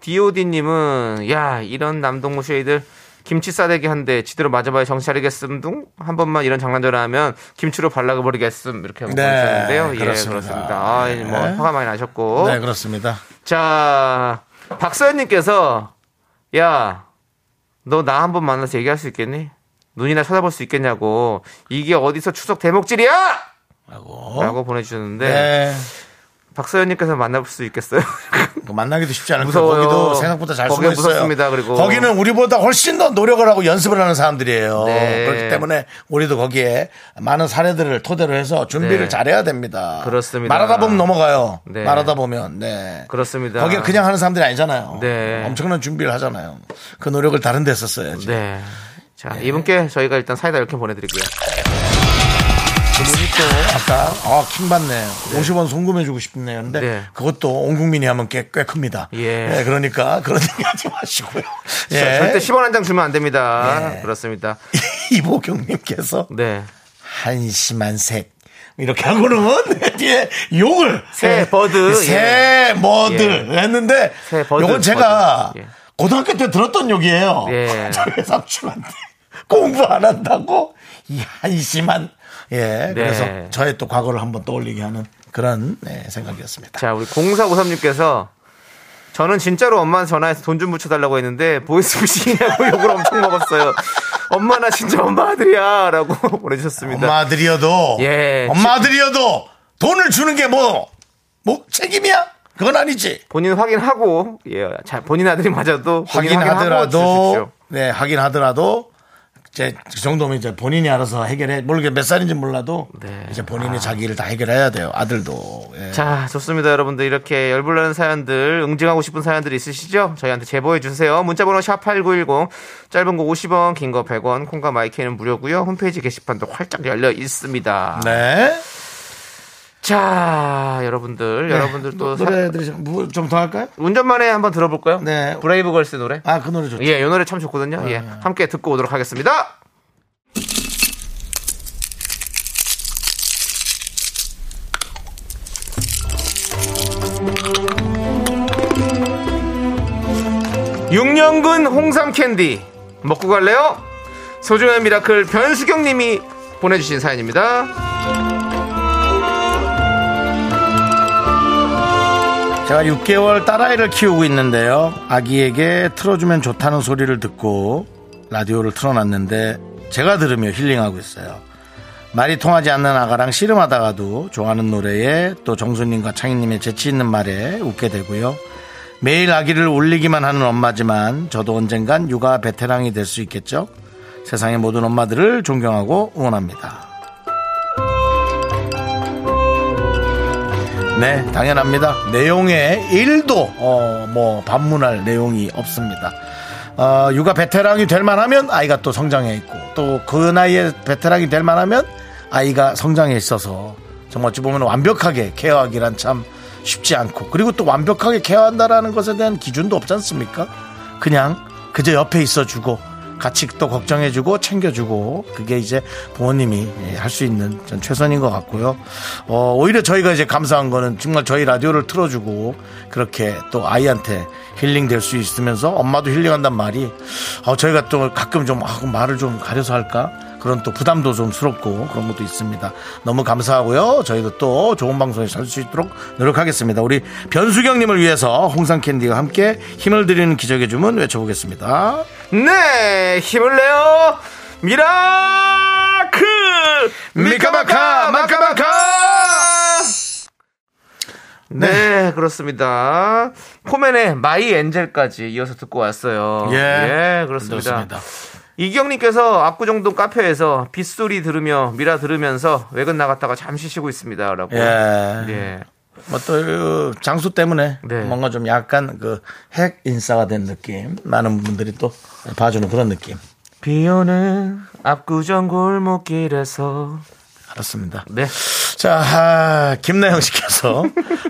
B: DOD 님은 야, 이런 남동무 쉐이들 김치 싸대기 한대 지대로 맞아봐야 정신 차리겠음 둥한 번만 이런 장난전화 하면 김치로 발라가 버리겠음 이렇게 한번
A: 네,
B: 보내주셨는데요. 예,
A: 그렇습니다.
B: 그렇습니다. 아, 이제 뭐
A: 네.
B: 화가 많이 나셨고.
A: 네, 그렇습니다.
B: 자, 박서연님께서, 야, 너 나 한 번 만나서 얘기할 수 있겠니? 눈이나 쳐다볼 수 있겠냐고. 이게 어디서 추석 대목질이야!
A: 하고.
B: 라고 보내주셨는데,
A: 네.
B: 박서연님께서 만나볼 수 있겠어요?
A: 그 만나기도 쉽지 않을 거예요.
B: 무서워요.
A: 거기도 생각보다 잘 숨어
B: 거기가
A: 있어요.
B: 무섭습니다, 그리고.
A: 거기는 우리보다 훨씬 더 노력을 하고 연습을 하는 사람들이에요.
B: 네.
A: 그렇기 때문에 우리도 거기에 많은 사례들을 토대로 해서 준비를
B: 네.
A: 잘해야 됩니다.
B: 그렇습니다.
A: 말하다 보면 넘어가요.
B: 네.
A: 말하다 보면 네.
B: 그렇습니다.
A: 거기가 그냥 하는 사람들이 아니잖아요.
B: 네.
A: 엄청난 준비를 하잖아요. 그 노력을 다른 데 썼어야지.
B: 네. 자, 이분께 저희가 일단 사이다 이렇게 보내드릴게요.
A: 그분이 또 아까 아, 킹 받네요. 50원 송금해 주고 싶네요. 근데
B: 네.
A: 그것도 온 국민이 하면 꽤, 꽤 큽니다.
B: 예.
A: 네, 그러니까 그런 얘기 하지 마시고요.
B: 자, 절대
A: 예.
B: 10원 한 장 주면 안 됩니다. 그렇습니다.
A: 이보경님께서
B: 네.
A: 한심한 색 이렇게 하고는 뒤에 욕을 예.
B: 새 버드,
A: 새 버드 했는데
B: 새 버드,
A: 요건 제가
B: 버드. 예.
A: 고등학교 때 들었던 욕이에요.
B: 예.
A: 저희 삼촌한테 공부 안 한다고 이 한심한
B: 네.
A: 예 그래서 저의 또 과거를 한번 떠올리게 하는 그런 네, 생각이었습니다.
B: 자, 우리 0453님께서 저는 진짜로 엄마한테 전화해서 돈 좀 붙여달라고 했는데 보이스피싱이냐고 욕을 엄청 먹었어요. 엄마 나 진짜 엄마 아들이야 라고 보내주셨습니다.
A: 엄마들이어도
B: 그러니까 예.
A: 엄마들이어도 돈을 주는 게 뭐 뭐 책임이야? 그건 아니지.
B: 본인 확인하고 예, 자, 본인 아들이 맞아도 본인
A: 확인하더라도
B: 확인하더라도
A: 네 확인하더라도 이제 그 정도면 이제 본인이 알아서 해결해 모르게 몇 살인지 몰라도
B: 네.
A: 이제 본인이 자기를 다 해결해야 돼요 아들도 예.
B: 자 좋습니다 여러분들 이렇게 열불나는 사연들 응징하고 싶은 사연들 있으시죠? 저희한테 제보해 주세요 문자번호 샵8910 짧은 거 50원 긴 거 100원 콩과 마이크는 무료고요 홈페이지 게시판도 활짝 열려 있습니다
A: 네
B: 자 여러분들 여러분들 또 사-
A: 네. 노래 들으시면 뭐 좀더 할까요?
B: 운전만에 한번 들어볼까요?
A: 네.
B: 브레이브걸스 노래.
A: 아 그 노래 좋죠.
B: 예, 이 노래 참 좋거든요. 예, 함께 듣고 오도록 하겠습니다. 육년근 홍삼 캔디 먹고 갈래요? 소중한 미라클 변수경님이 보내주신 사연입니다.
A: 제가 6개월 딸아이를 키우고 있는데요. 아기에게 틀어주면 좋다는 소리를 듣고 라디오를 틀어놨는데 제가 들으며 힐링하고 있어요. 말이 통하지 않는 아가랑 씨름하다가도 좋아하는 노래에 또 정수님과 창희님의 재치 있는 말에 웃게 되고요. 매일 아기를 울리기만 하는 엄마지만 저도 언젠간 육아 베테랑이 될 수 있겠죠. 세상의 모든 엄마들을 존경하고 응원합니다. 네, 당연합니다. 내용에 1도 어, 뭐 반문할 내용이 없습니다. 어, 육아 베테랑이 될 만하면 아이가 또 성장해 있고 또 그 나이에 베테랑이 될 만하면 아이가 성장해 있어서 정말 어찌 보면 완벽하게 케어하기란 참 쉽지 않고 그리고 또 완벽하게 케어한다라는 것에 대한 기준도 없지 않습니까? 그냥 그저 옆에 있어주고 같이 또 걱정해주고 챙겨주고 그게 이제 부모님이 할 수 있는 전 최선인 것 같고요. 어, 오히려 저희가 이제 감사한 거는 정말 저희 라디오를 틀어주고 그렇게 또 아이한테 힐링 될 수 있으면서 엄마도 힐링한단 말이 어, 저희가 또 가끔 좀 아, 그럼 말을 좀 가려서 할까 그런 또 부담도 좀 스럽고 그런 것도 있습니다. 너무 감사하고요. 저희도 또 좋은 방송에 살 수 있도록 노력하겠습니다. 우리 변수경님을 위해서 홍상 캔디와 함께 힘을 드리는 기적의 주문 외쳐보겠습니다.
B: 네 힘을 내요 미라클
A: 미카마카, 마카마카!
B: 네. 그렇습니다 코맨의 마이 엔젤까지 이어서 듣고 왔어요
A: 예.
B: 그렇습니다 이경님께서 압구정동 카페에서 빗소리 들으며 미라 들으면서 외근 나갔다가 잠시 쉬고 있습니다라고
A: 예.
B: 예.
A: 뭐또 그 장수 때문에
B: 네.
A: 뭔가 좀 약간 그 핵 인싸가 된 느낌 많은 분들이 또 봐주는 그런 느낌
B: 비오는 압구정 골목길에서
A: 알았습니다.
B: 네.
A: 자 아, 김나영 씨께서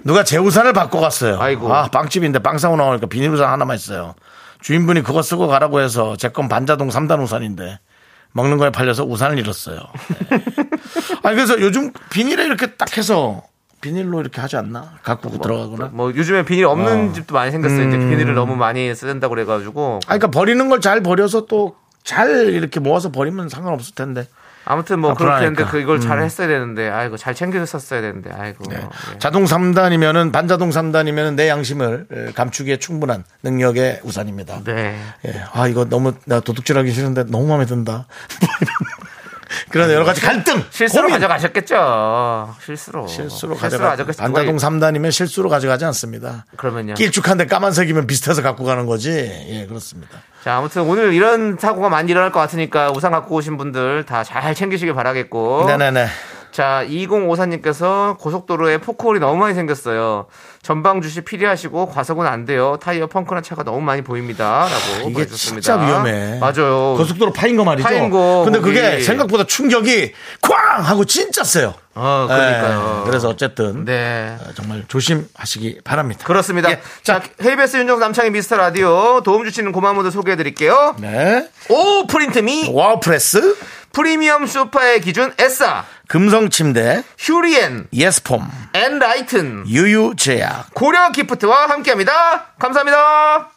A: 누가 제 우산을 바꿔 갔어요.
B: 아이고.
A: 아, 빵집인데 빵 사고 나오니까 비닐 우산 하나만 있어요. 주인분이 그거 쓰고 가라고 해서 제 건 반자동 3단 우산인데 먹는 거에 팔려서 우산을 잃었어요. 네. 아니 그래서 요즘 비닐에 이렇게 딱 해서 비닐로 이렇게 하지 않나 갖고 들어가거나
B: 뭐 요즘에 비닐 없는 집도 많이 생겼어요. 음. 이제 비닐을 너무 많이 쓰는다고 그래가지고
A: 아, 그러니까 버리는 걸 잘 버려서 또 잘 이렇게 모아서 버리면 상관없을 텐데.
B: 아무튼 음. 뭐
A: 아,
B: 그렇게
A: 불안하니까.
B: 했는데 그걸 잘 했어야 되는데 아이고 잘 챙겨줬었어야 되는데 아이고
A: 네.
B: 예.
A: 자동 3단이면은 반자동 3단이면은 내 양심을 에, 감추기에 충분한 능력의 우산입니다.
B: 네.
A: 예. 아, 이거 너무 나 도둑질하기 싫은데 너무 마음에 든다. 그런 여러 가지 갈등.
B: 실수로
A: 고민.
B: 가져가셨겠죠 실수로
A: 실수로
B: 실수로
A: 가져가.
B: 가져가셨 예.
A: 반자동 3단이면 실수로 가져가지 않습니다.
B: 그러면요
A: 길쭉한데 까만색이면 비슷해서 갖고 가는 거지. 예, 그렇습니다.
B: 자, 아무튼 오늘 이런 사고가 많이 일어날 것 같으니까 우산 갖고 오신 분들 다 잘 챙기시길 바라겠고.
A: 네네네.
B: 어, 자, 2054님께서 고속도로에 포크홀이 너무 많이 생겼어요. 전방 주시 필요하시고 과속은 안 돼요. 타이어 펑크나 차가 너무 많이 보입니다. 라고
A: 아, 이게
B: 보내주셨습니다.
A: 진짜 위험해.
B: 맞아요.
A: 고속도로 파인 거 말이죠.
B: 파인 거,
A: 근데 그게
B: 거기.
A: 생각보다 충격이 쾅 하고 진짜 세요.
B: 어, 그러니까요.
A: 예, 그래서 어쨌든
B: 네.
A: 어, 정말 조심하시기 바랍니다.
B: 그렇습니다.
A: 예,
B: 자, KBS 윤정 남창희 미스터 라디오 도움 주시는 고마운 분들 소개해 드릴게요.
A: 네.
B: 오 프린트미
A: 와우프레스,
B: 프리미엄 소파의 기준 에싸
A: 금성침대,
B: 휴리엔
A: 예스폼,
B: 앤 라이튼
A: 유유제약.
B: 고려 기프트와 함께합니다. 감사합니다.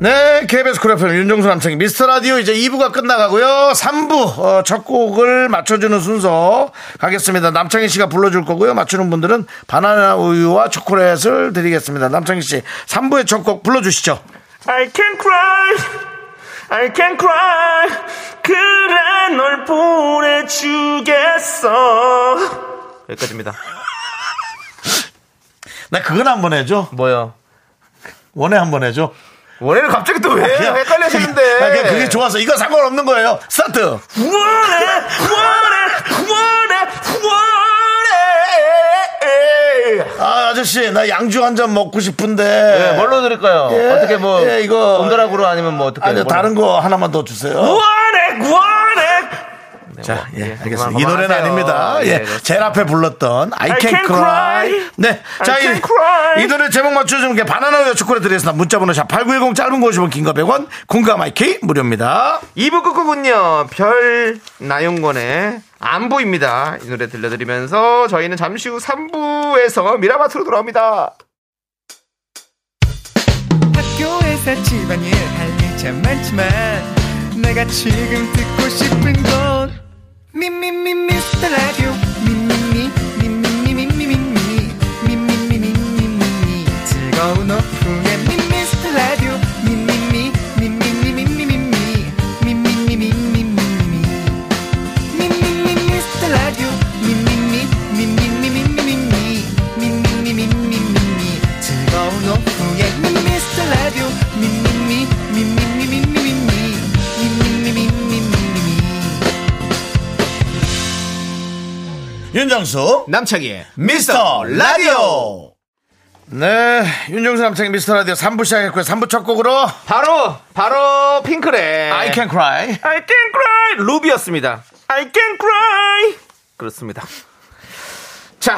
A: 네, KBS 쿨FM 윤정수 남창희 미스터 라디오 이제 2부가 끝나가고요. 3부 어, 첫 곡을 맞춰주는 순서 가겠습니다. 남창희 씨가 불러줄 거고요. 맞추는 분들은 바나나 우유와 초콜릿을 드리겠습니다. 남창희 씨 3부의 첫 곡 불러주시죠.
B: I can cry, I can cry. 그래 널 보내주겠어. 여기까지입니다.
A: 나 네, 그건 한번 해줘.
B: 뭐요?
A: 원에 한번 해줘.
B: 원래는 갑자기 또 예, 왜? 헷갈려지는데.
A: 아, 그냥 그게 좋아서 이거 상관없는 거예요. 스타트.
B: 원해, 원해, 원해, 원해.
A: 아, 아저씨, 나 양주 한 잔 먹고 싶은데.
B: 네, 뭘로 드릴까요?
A: 예,
B: 어떻게 뭐
A: 예, 이거-
B: 온더락으로 아니면 뭐 어떻게?
A: 아니,
B: 뭐로?
A: 다른 거 하나만 더 주세요.
B: 뭐? 원해, 원해. 네,
A: 자,
B: 뭐,
A: 예, 알겠습니다.
B: 그만,
A: 이
B: 그만
A: 노래는
B: 하세요.
A: 아닙니다.
B: 예,
A: 예,
B: 그렇습니다.
A: 제일 앞에 불렀던 I
B: I
A: Can
B: Can
A: Cry.
B: Cry.
A: 네,
B: I
A: 자,
B: Can
A: 이,
B: Cry.
A: 이 노래 제목 맞춰주는 게 바나나 우유 초콜릿 드리겠습니다. 문자번호 샵 8910 짧은 거 50원, 긴거 100원, 공감 IK 무료입니다.
B: 2부 끝곡은요 별 나용권의 안 보입니다 이 노래 들려드리면서 저희는 잠시 후 3부에서 미라마트로 돌아옵니다
E: 학교에서 집안일 할 일 참 많지만 내가 지금 듣고 싶은 건 미미미 미스터 라디오 미미미 미미미 미미미 미미미 미미미 즐거운 오후에 미스터 라디오 미미미 미미미 미미미 미미미 미미미 미미미 미스터 라디오 미미미 미미미 미미미 미미미 미미미 즐거운 오후에 미스터 라디오 미미미 미미미 미미미 미미미 미미미
A: 윤정수,
B: 남창희의
A: 미스터 라디오. 네, 윤정수 남창의 미스터 라디오 3부 시작했고요. 3부 첫 곡으로
B: 네. 바로 바로 핑클의
A: I Can Cry.
B: I can cry 루비였습니다 I can cry 그렇습니다 자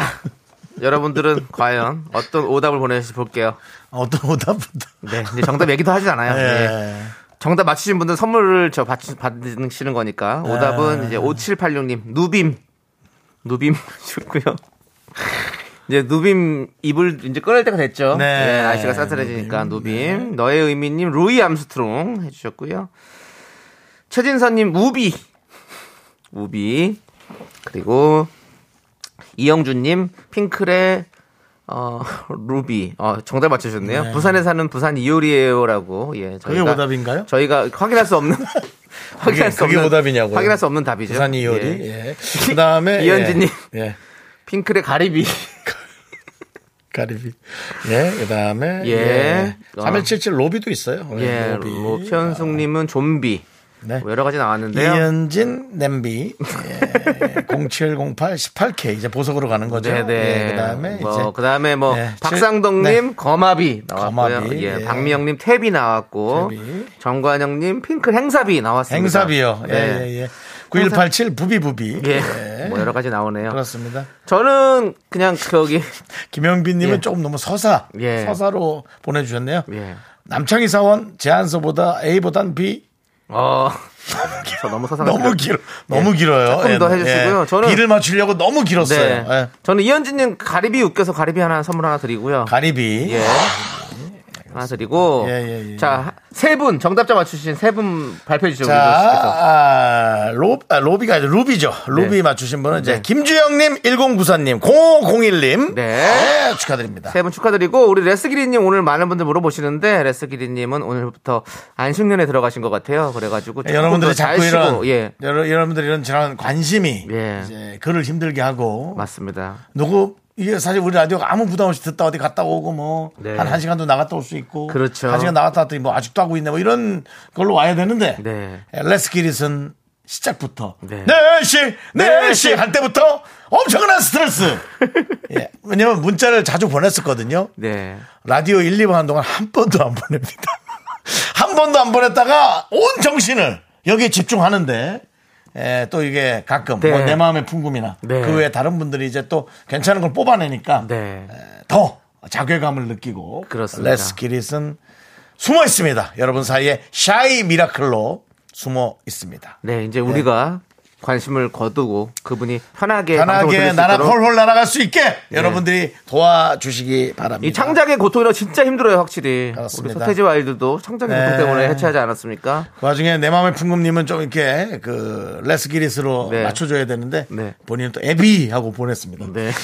B: 여러분들은 과연 어떤 오답을 보내실지 볼게요
A: 어떤 오답부터.
B: 네 이제 정답 얘기도 하진 않아요 네.
A: 예.
B: 정답 맞히신 분들 선물을 저 받, 받으시는 거니까 오답은 이제 5786님 누빔 누빔 좋고요. 이제 누빔 입을 이제 꺼낼 때가 됐죠.
A: 네.
B: 네, 날씨가 따뜻해지니까 누빔. 네. 너의 의미님 루이 암스트롱 해주셨고요. 최진선님 우비 우비 그리고 이영준님 핑클의 어, 루비 어, 정답 맞추셨네요.
A: 네.
B: 부산에 사는 부산 이효리예요라고 예
A: 그게
B: 저희가-
A: 오답인가요?
B: 저희가 확인할 수 없는 확인할 수
A: 그게
B: 없는
A: 오답이냐고요?
B: 확인할 수 없는 답이죠.
A: 부산 이효리.
B: 예.
A: 예. 그 다음에.
B: 이현진님.
A: 예. 예.
B: 핑클의 가리비
A: 가리비. 예, 그 다음에.
B: 예.
A: 예. 3177 로비도 있어요.
B: 예
A: 로비.
B: 뭐, 최현숙님은 좀비
A: 네.
B: 뭐 여러 가지 나왔는데요.
A: 이현진 냄비 예, 0708 18K 이제 보석으로 가는 거죠.
B: 네, 네.
A: 예, 그다음에
B: 뭐,
A: 이제
B: 그다음에 뭐
A: 네, 칠-
B: 박상덕님 거마비 나왔고요.
A: 거마비,
B: 예,
A: 예.
B: 박미영님 태비 나왔고
A: 태비.
B: 정관영님 핑클 행사비 나왔습니다.
A: 행사비요.
B: 네.
A: 예, 예, 예. 9187 부비부비.
B: 예.
A: 예.
B: 뭐 여러 가지 나오네요.
A: 그렇습니다.
B: 저는 그냥 저기
A: 김영빈님은
B: 예.
A: 조금 너무 서사,
B: 예.
A: 서사로 보내주셨네요.
B: 예.
A: 남창희 사원 제안서보다 A보단 B
B: 어. 저 너무 서상한
A: 너무 길어, 너무 길어요.
B: 예.
A: 예, 네.
B: 조금 더 해주시고요. 저는-
A: B를 맞추려고 너무
B: 네.
A: 길었어요. 예.
B: 저는 이현진님 가리비 웃겨서 가리비 하나 선물 하나 드리고요.
A: 가리비.
B: 예. 하나 드리고.
A: 예, 예, 예.
B: 자, 세 분, 정답자 맞추신 세 분 발표해 주시죠.
A: 자,
B: 우리 교수께서.
A: 아, 로, 아, 로비가 아니라 루비죠. 루비
B: 네.
A: 맞추신 분은 이제
B: 네.
A: 김주영님, 1094님, 0501님. 예,
B: 네.
A: 축하드립니다.
B: 세 분 축하드리고, 우리 레스기리님 오늘 많은 분들 물어보시는데, 레스기리님은 오늘부터 안식년에 들어가신 것 같아요. 그래가지고.
A: 네,
B: 조금 더
A: 여러분들이
B: 잘
A: 자꾸 이런,
B: 쉬고, 예.
A: 여러, 여러분들이 이런 지난 관심이
B: 예.
A: 이제 글을 힘들게 하고
B: 맞습니다.
A: 누구 이게 사실 우리 라디오가 아무 부담 없이 듣다 어디 갔다 오고 뭐 한
B: 네.
A: 한 시간도 나갔다 올 수 있고
B: 그렇죠.
A: 한 시간 나갔다 왔더니 뭐 아직도 하고 있네 뭐 이런 걸로 와야 되는데
B: 네.
A: 레스키릿은 시작부터
B: 네.
A: 네시네시할 때부터 엄청난 스트레스 예, 왜냐면 문자를 자주 보냈었거든요
B: 네.
A: 라디오 1, 2번 하는 동안 한 번도 안 보냅니다. 한 번도 안 보냈다가 온 정신을 여기에 집중하는데 에, 또 이게 가끔
B: 네.
A: 뭐내 마음의 풍금이나
B: 네.
A: 그 외에 다른 분들이 이제 또 괜찮은 걸 뽑아내니까
B: 네.
A: 더 자괴감을 느끼고
B: 그렇습니다.
A: 레스키릿은 숨어 있습니다. 여러분 사이에 샤이 미라클로 숨어 있습니다.
B: 네, 이제 우리가 관심을 거두고 그분이 편하게, 방송을 들을
A: 편하게
B: 수
A: 날아
B: 있도록 네.
A: 홀홀 날아갈 수 있게 여러분들이 도와주시기 바랍니다.
B: 이 창작의 고통이라 진짜 힘들어요, 확실히.
A: 그렇습니다.
B: 우리 서태지 와일드도 창작의
A: 네.
B: 고통 때문에 해체하지 않았습니까?
A: 그 와중에 내 마음의 풍금님은 좀 이렇게 그 레스기리스로
B: 네.
A: 맞춰줘야 되는데
B: 네.
A: 본인은 또 에비 하고 보냈습니다.
B: 네.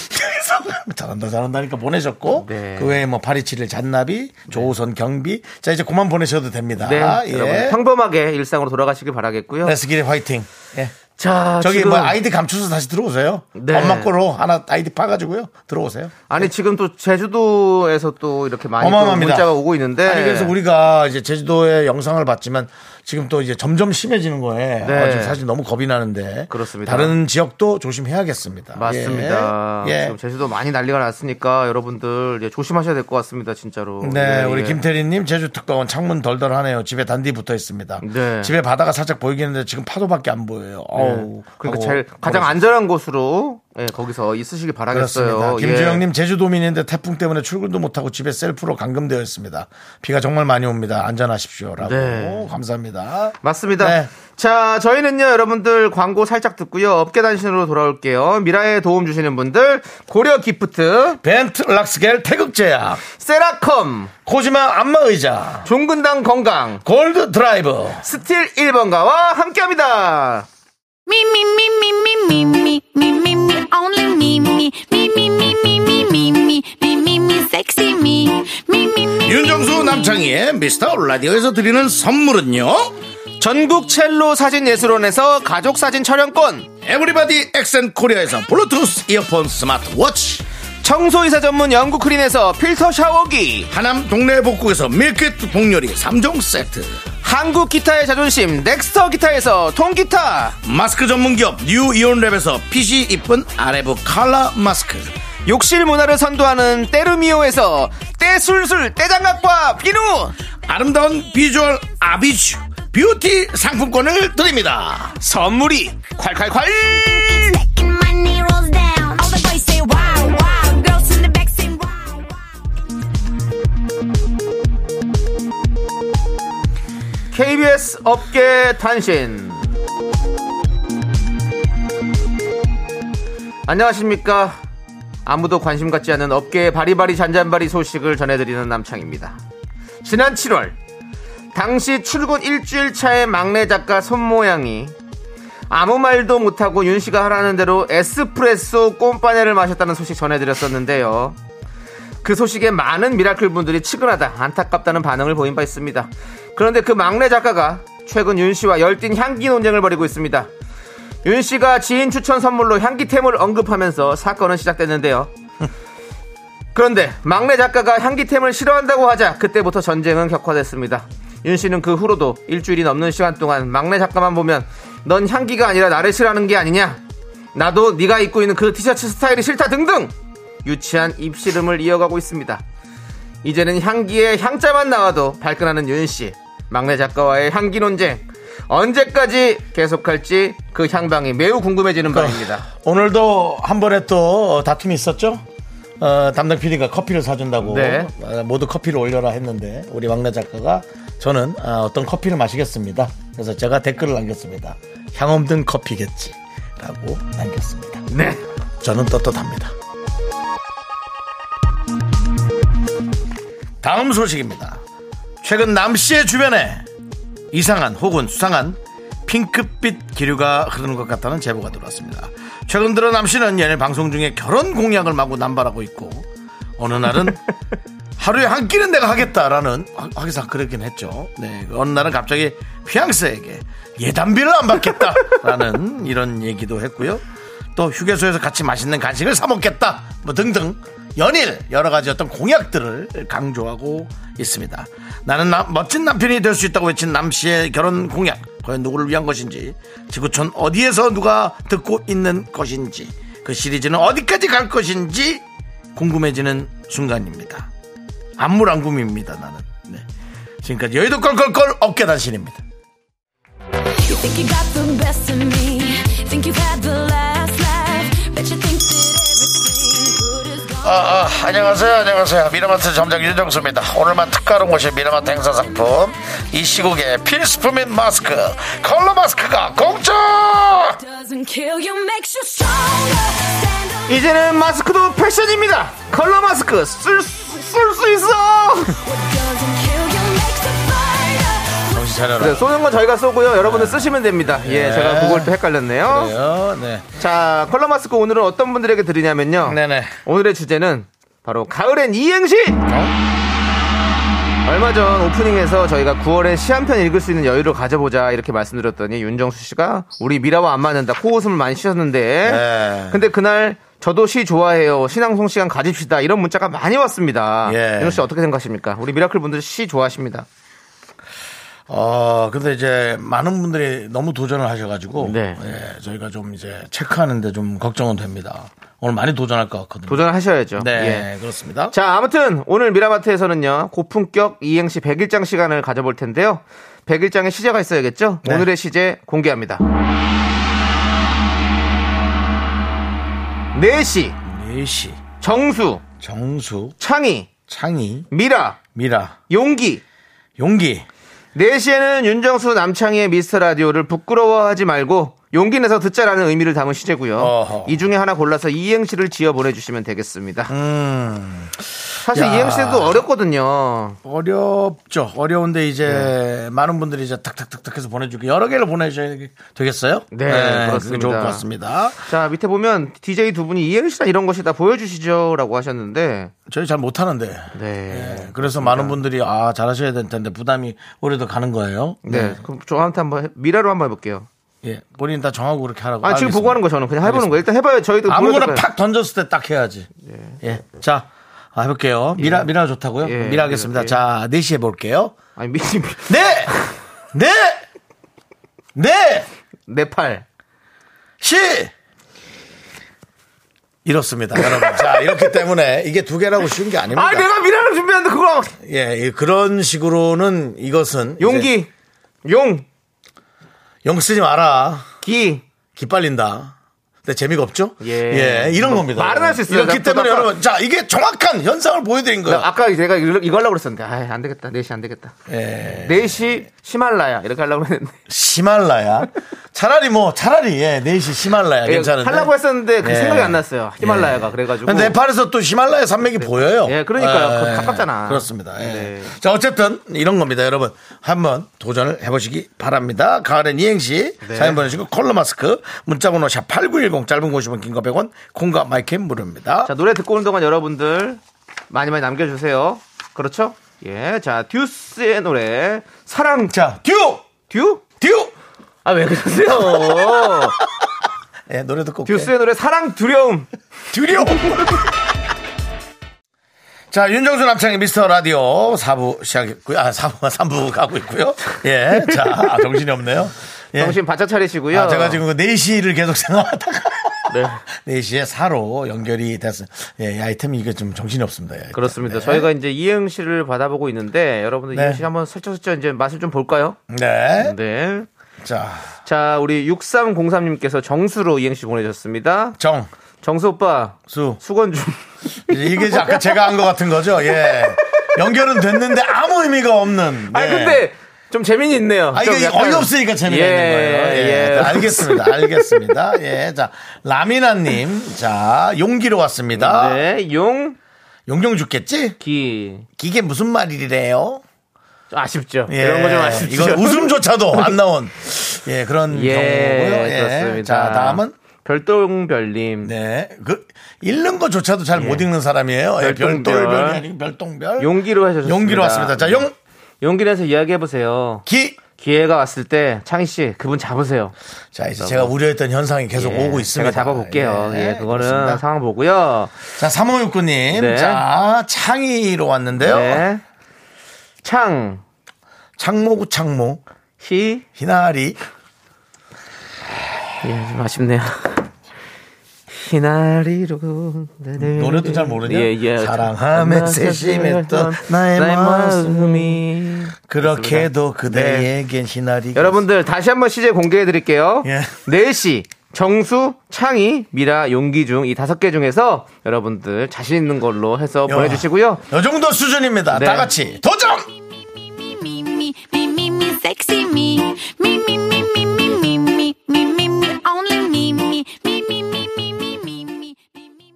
A: 그래서 잘한다 잘한다니까 보내셨고
B: 네.
A: 그 외에 뭐 파리칠일 잔나비 조우선 경비 자 이제 그만 보내셔도 됩니다.
B: 네,
A: 예.
B: 여러분 평범하게 일상으로 돌아가시길 바라겠고요.
A: 레스기리 화이팅. 예.
B: 자,
A: 저기
B: 지금
A: 뭐 아이디 감추서 다시 들어오세요.
B: 네.
A: 엄마 거로 하나 아이디 파가지고요 들어오세요.
B: 아니 지금 또 제주도에서 또 이렇게 많이 또
A: 어마어마합니다.
B: 문자가 오고 있는데
A: 아니 그래서 우리가 이제 제주도의 영상을 봤지만 지금 또 이제 점점 심해지는 거에
B: 네.
A: 아, 지금 사실 너무 겁이 나는데
B: 그렇습니다.
A: 다른 지역도 조심해야겠습니다.
B: 맞습니다.
A: 예. 예.
B: 지금 제주도 많이 난리가 났으니까 여러분들 이제 조심하셔야 될 것 같습니다, 진짜로.
A: 네,
B: 예,
A: 우리
B: 예.
A: 김태리님 제주 특파원 창문 덜덜하네요. 집에 단디 붙어 있습니다.
B: 네.
A: 집에 바다가 살짝 보이긴 했는데 지금 파도밖에 안 보여요.
B: 네.
A: 어우, 하고
B: 그러니까 제일 가장 안전한 곳으로 예, 거기서 있으시길 바라겠어요.
A: 그렇습니다.
B: 예.
A: 김주영님 제주도민인데 태풍 때문에 출근도 못하고 집에 셀프로 감금되어 있습니다. 비가 정말 많이 옵니다. 안전하십시오라고
B: 네.
A: 감사합니다.
B: 맞습니다.
A: 네.
B: 자, 저희는요, 여러분들 광고 살짝 듣고요. 업계 단신으로 돌아올게요. 미라에 도움 주시는 분들, 고려 기프트,
A: 벤트 락스겔 태극제약
B: 세라컴,
A: 코지마 안마의자
B: 종근당 건강,
A: 골드 드라이브
B: 스틸 1번가와 함께 합니다.
D: Me, me, me, me, me, me, me, me, me, me, only me, me, me, me, me, me, me, me, me, me, me, me, sexy me, me, me, me.
A: 윤정수 남창희의 미스터 라디오에서 드리는 선물은요
B: 전국 첼로 사진 예술원에서 가족 사진 촬영권,
A: 에브리바디 엑센 코리아에서 블루투스 이어폰 스마트워치
B: 청소이사 전문 영국 크린에서 필터 샤워기,
A: 하남 동네 복국에서 밀키트 동요리 3종 세트
B: 한국 기타의 자존심, 넥스터 기타에서 통기타,
A: 마스크 전문기업 뉴 이온랩에서 핏이 이쁜 아레브 칼라 마스크
B: 욕실 문화를 선도하는 때르미오에서 때술술 때장갑과 비누
A: 아름다운 비주얼 아비쥬 뷰티 상품권을 드립니다
B: 선물이 콸콸콸
D: Second my knee rolls down. All the boys say wow, wow. Girls in the back say wow, wow.
B: KBS 업계 단신 안녕하십니까 아무도 관심 갖지 않는 업계의 바리바리 잔잔바리 소식을 전해드리는 남창입니다 지난 7월 당시 출근 일주일 차의 막내 작가 손모양이 아무 말도 못하고 윤씨가 하라는 대로 에스프레소 꼼빠네를 마셨다는 소식 전해드렸었는데요 그 소식에 많은 미라클 분들이 측은하다, 안타깝다는 반응을 보인 바 있습니다. 그런데 그 막내 작가가 최근 윤 씨와 열띤 향기 논쟁을 벌이고 있습니다. 윤 씨가 지인 추천 선물로 향기템을 언급하면서 사건은 시작됐는데요. 그런데 막내 작가가 향기템을 싫어한다고 하자 그때부터 전쟁은 격화됐습니다. 윤 씨는 그 후로도 일주일이 넘는 시간 동안 막내 작가만 보면 넌 향기가 아니라 나를 싫어하는 게 아니냐. 나도 네가 입고 있는 그 티셔츠 스타일이 싫다 등등 유치한 입씨름을 이어가고 있습니다. 이제는 향기에 향자만 나와도 발끈하는 윤 씨. 막내 작가와의 향기 논쟁 언제까지 계속할지 그 향방이 매우 궁금해지는 바입니다.
A: 오늘도 한 번에 또 다툼이 있었죠? 어, 담당 PD가 커피를 사준다고
B: 네.
A: 어, 모두 커피를 올려라 했는데 우리 막내 작가가 저는 어, 떤 커피를 마시겠습니다. 그래서 제가 댓글을 남겼습니다. 향 없는 커피겠지라고 남겼습니다.
B: 네.
A: 저는 떳떳합니다. 다음 소식입니다. 최근 남씨의 주변에 이상한 혹은 수상한 핑크빛 기류가 흐르는 것 같다는 제보가 들어왔습니다. 최근 들어 남씨는 연일 방송 중에 결혼 공약을 마구 남발하고 있고 어느 날은 하루에 한 끼는 내가 하겠다라는 아, 하- 하기사 그랬긴 했죠. 네, 그 어느 날은 갑자기 피앙세에게 예단비를 안 받겠다라는 이런 얘기도 했고요. 또 휴게소에서 같이 맛있는 간식을 사 먹겠다 뭐 등등 연일 여러 가지 어떤 공약들을 강조하고 있습니다. 나는 남- 멋진 남편이 될 수 있다고 외친 남 씨의 결혼 공약 과연 누구를 위한 것인지 지구촌 어디에서 누가 듣고 있는 것인지 그 시리즈는 어디까지 갈 것인지 궁금해지는 순간입니다. 안무랑굼입니다 나는 네. 지금까지 여의도 껄껄껄 어깨단신입니다
F: You think you got the best of me. Think you've had the last laugh. Bet you think that everything good is gone.
A: 아, 아, 안녕하세요 안녕하세요 미라마트 점장 윤정수입니다 오늘만 특가로 모신 미라마트 행사 상품 이 시국의 필수품인 마스크 컬러 마스크가 공짜
F: Doesn't kill you, makes you stronger. Stand up.
B: 이제는 마스크도 패션입니다. 컬러 마스크 쓸 수 있어.
F: What doesn't kill you, makes you fighter.
A: 정신 차려라
B: 네, 쏘는 건 저희가 쏘고요. 여러분들 쓰시면 됩니다. 예,
A: 네.
B: 제가 그걸 또 헷갈렸네요.
A: 그래요? 네.
B: 자, 컬러 마스크 오늘은 어떤 분들에게 드리냐면요.
A: 네네
B: 오늘의 주제는 바로 가을엔 이행시. 어? 얼마 전 오프닝에서 저희가 9월에 시 한 편 읽을 수 있는 여유를 가져보자 이렇게 말씀드렸더니 윤정수 씨가 우리 미라와 안 맞는다 코웃음을 많이 쉬셨는데
A: 네.
B: 근데 그날 저도 시 좋아해요 신앙송 시간 가집시다 이런 문자가 많이 왔습니다
A: 예.
B: 윤정수 씨 어떻게 생각하십니까 우리 미라클 분들 시 좋아하십니다
A: 어, 근데 이제 많은 분들이 너무 도전을 하셔가지고
B: 네.
A: 예, 저희가 좀 이제 체크하는데 좀 걱정은 됩니다 오늘 많이 도전할 것 같거든요
B: 도전하셔야죠 예.
A: 네 그렇습니다
B: 자, 아무튼 오늘 미라마트에서는요. 고품격 이행시 100일장 시간을 가져볼 텐데요. 100일장의 시제가 있어야겠죠?
A: 네.
B: 오늘의 시제 공개합니다. 4시
A: 네시
B: 정수,
A: 정수
B: 창희,
A: 창희
B: 미라,
A: 미라
B: 용기.
A: 용기
B: 4시에는 윤정수 남창희의 미스터 라디오를 부끄러워하지 말고 용기 내서 듣자라는 의미를 담은 시제고요.
A: 어허.
B: 이 중에 하나 골라서 이행시를 지어 보내주시면 되겠습니다.
A: 음
B: 사실
A: 야.
B: 이행시도 어렵거든요.
A: 어렵죠 어려운데
B: 네.
A: 이제 많은 분들이 이제 탁탁탁탁 해서 보내주고 여러 개를 보내셔야 되겠어요
B: 네,
A: 그게
B: 그렇습니다.
A: 좋을 것 같습니다
B: 자 밑에 보면 DJ 두 분이 이행시나 이런 것이다 보여주시죠라고 하셨는데
A: 저희 잘 못하는데
B: 네.
A: 예, 그래서 많은 분들이 아 잘하셔야 될 텐데 부담이 오히려 더 가는 거예요
B: 네. 그럼 저한테 한번 해- 미라로 한번 해볼게요.
A: 예 본인 다 정하고 그렇게 하라고
B: 아, 지금
A: 알겠습니다.
B: 보고 하는 거 저는 그냥 해보는 거 일단 해봐요. 저희도
A: 아무거나
B: 보여드릴까요?
A: 팍 던졌을 때 딱 해야지 예자 아, 해볼게요 미라 미라 좋다고요
B: 예,
A: 미라 하겠습니다
B: 예.
A: 자 4시에 볼게요
B: 아니 미, 미,
A: 네! 네! 네!
B: 네팔
A: 시! 이렇습니다, 여러분. 자, 이렇기 때문에 이게 두 개라고 쉬운 게 아닙니다.
B: 아 내가 미라를 준비하는데 그거
A: 예, 이- 그런 식으로는 이것은. 이제
B: 용기
A: 용 쓰지 마라.
B: 용기
A: 기빨린다. 근데 재미가 없죠?
B: 예.
A: 이런 겁니다.
B: 말은 할수 있어요.
A: 이렇기
B: 나- 나-
A: 때문에
B: 나-
A: 여러분, 자, 이게 정확한 현상을 보여드린 거예요.
B: 나 아까 제가 이거 이거 하려고 그랬었는데 아안 되겠다 4시 안 되겠다
A: 예.
B: 4시 시말라야 이렇게 하려고 했는데
A: 시말라야. 차라리 뭐, 차라리, 예, 4시 시말라야. 괜찮은데.
B: 하려고 했었는데 그
A: 예.
B: 생각이 안 났어요 히말라야가 그래가지고
A: 근데 네팔에서 또 히말라야 산맥이 보여요.
B: 예, 그러니까요. 그 가깝잖아.
A: 그렇습니다. 예.
B: 네.
A: 자, 어쨌든 이런 겁니다, 여러분. 한번 도전을 해보시기 바랍니다. 가을엔 이행시
B: 네.
A: 사연 보내주시고 컬러 마스크 문자번호 샵 8910 짧은 50원 긴거 100원 콩과 마이캠 무료입니다.
B: 자, 노래 듣고 오는 동안 여러분들 많이 많이 남겨주세요. 그렇죠? 예. 자, 듀스의 노래. 사랑,
A: 자, 듀!
B: 듀?
A: 듀!
B: 아, 왜 그러세요?
A: 예, 노래 듣고 올게요.
B: 듀스의 노래, 사랑, 두려움.
A: 두려워. 자, 윤정수 남창의 미스터 라디오 4부 시작했고요. 아, 4부가 3부 가고 있고요. 예. 자, 아, 정신이 없네요. 예.
B: 정신 바짝 차리시고요.
A: 아, 제가 지금 그 4시를 계속 생각하다가
B: 네.
A: 4시에 4로 연결이 됐어요. 예, 이 아이템이 이게 좀 정신이 없습니다. 예.
B: 그렇습니다.
A: 네.
B: 저희가 이제 이행시를 받아보고 있는데 여러분들
A: 네.
B: 이행시 한번 슬쩍슬쩍 이제 맛을 좀 볼까요?
A: 네.
B: 네.
A: 자,
B: 자, 우리 6303님께서 정수로 이행시 보내셨습니다.
A: 정,
B: 정수 오빠,
A: 수.
B: 수건 좀.
A: 이게 이제 아까 제가 한 것 같은 거죠. 예. 연결은 됐는데 아무 의미가 없는. 네.
B: 아니, 근데 좀 재미는 있네요.
A: 아,
B: 좀
A: 이게
B: 약간-
A: 어이없으니까 재미가
B: 예,
A: 있는 거예요. 예.
B: 예.
A: 알겠습니다. 알겠습니다. 예. 자, 라미나님. 자, 용기로 왔습니다.
B: 네, 용,
A: 용종 죽겠지?
B: 기.
A: 이게 무슨 말이래요?
B: 좀 아쉽죠.
A: 예.
B: 이런 거 좀 아쉽죠.
A: 이건 웃음조차도 안 나온. 예, 그런 경우고요.
B: 예,
A: 예.
B: 그렇습니다.
A: 자, 다음은.
B: 별똥별님.
A: 네. 그, 읽는 것조차도 잘 못 읽는 사람이에요. 예,
B: 별똥별.
A: 별똥별이 아니고 별똥별.
B: 용기로 하셨습니다.
A: 용기로 왔습니다. 자, 용,
B: 용기 내서 이야기해보세요.
A: 기.
B: 기회가 왔을 때, 창희씨, 그분 잡으세요.
A: 자, 이제 제가 우려했던 현상이 계속
B: 뭐. 예,
A: 오고 있습니다.
B: 제가 잡아볼게요. 예, 그거는
A: 그렇습니다.
B: 상황 보고요.
A: 자, 3569님.
B: 네.
A: 자, 창의로 왔는데요.
B: 네. 창,
A: 창모구 창모,
B: 희,
A: 희나리.
B: 예, 좀 아쉽네요. 희나리로
A: 노래도 잘 모르냐?
B: 예, 예.
A: 사랑함에 세심했던 나의 마음. 그렇게도 그대에겐 희나리.
B: 네. 여러분들 다시 한번 시제 공개해 드릴게요.
A: 예.
B: 4시 정수, 창희, 미라, 용기 중 이 다섯 개 중에서 여러분들 자신 있는 걸로 해서
A: 야.
B: 보내주시고요.
A: 요 정도 수준입니다.
B: 네.
A: 다 같이 도전!
D: me, me, me, me, me, sexy me. Me, me, me, me, me, me, me, me, me, me, only me, me, me, me, me, me, me, me, me, me, me, me, sexy me.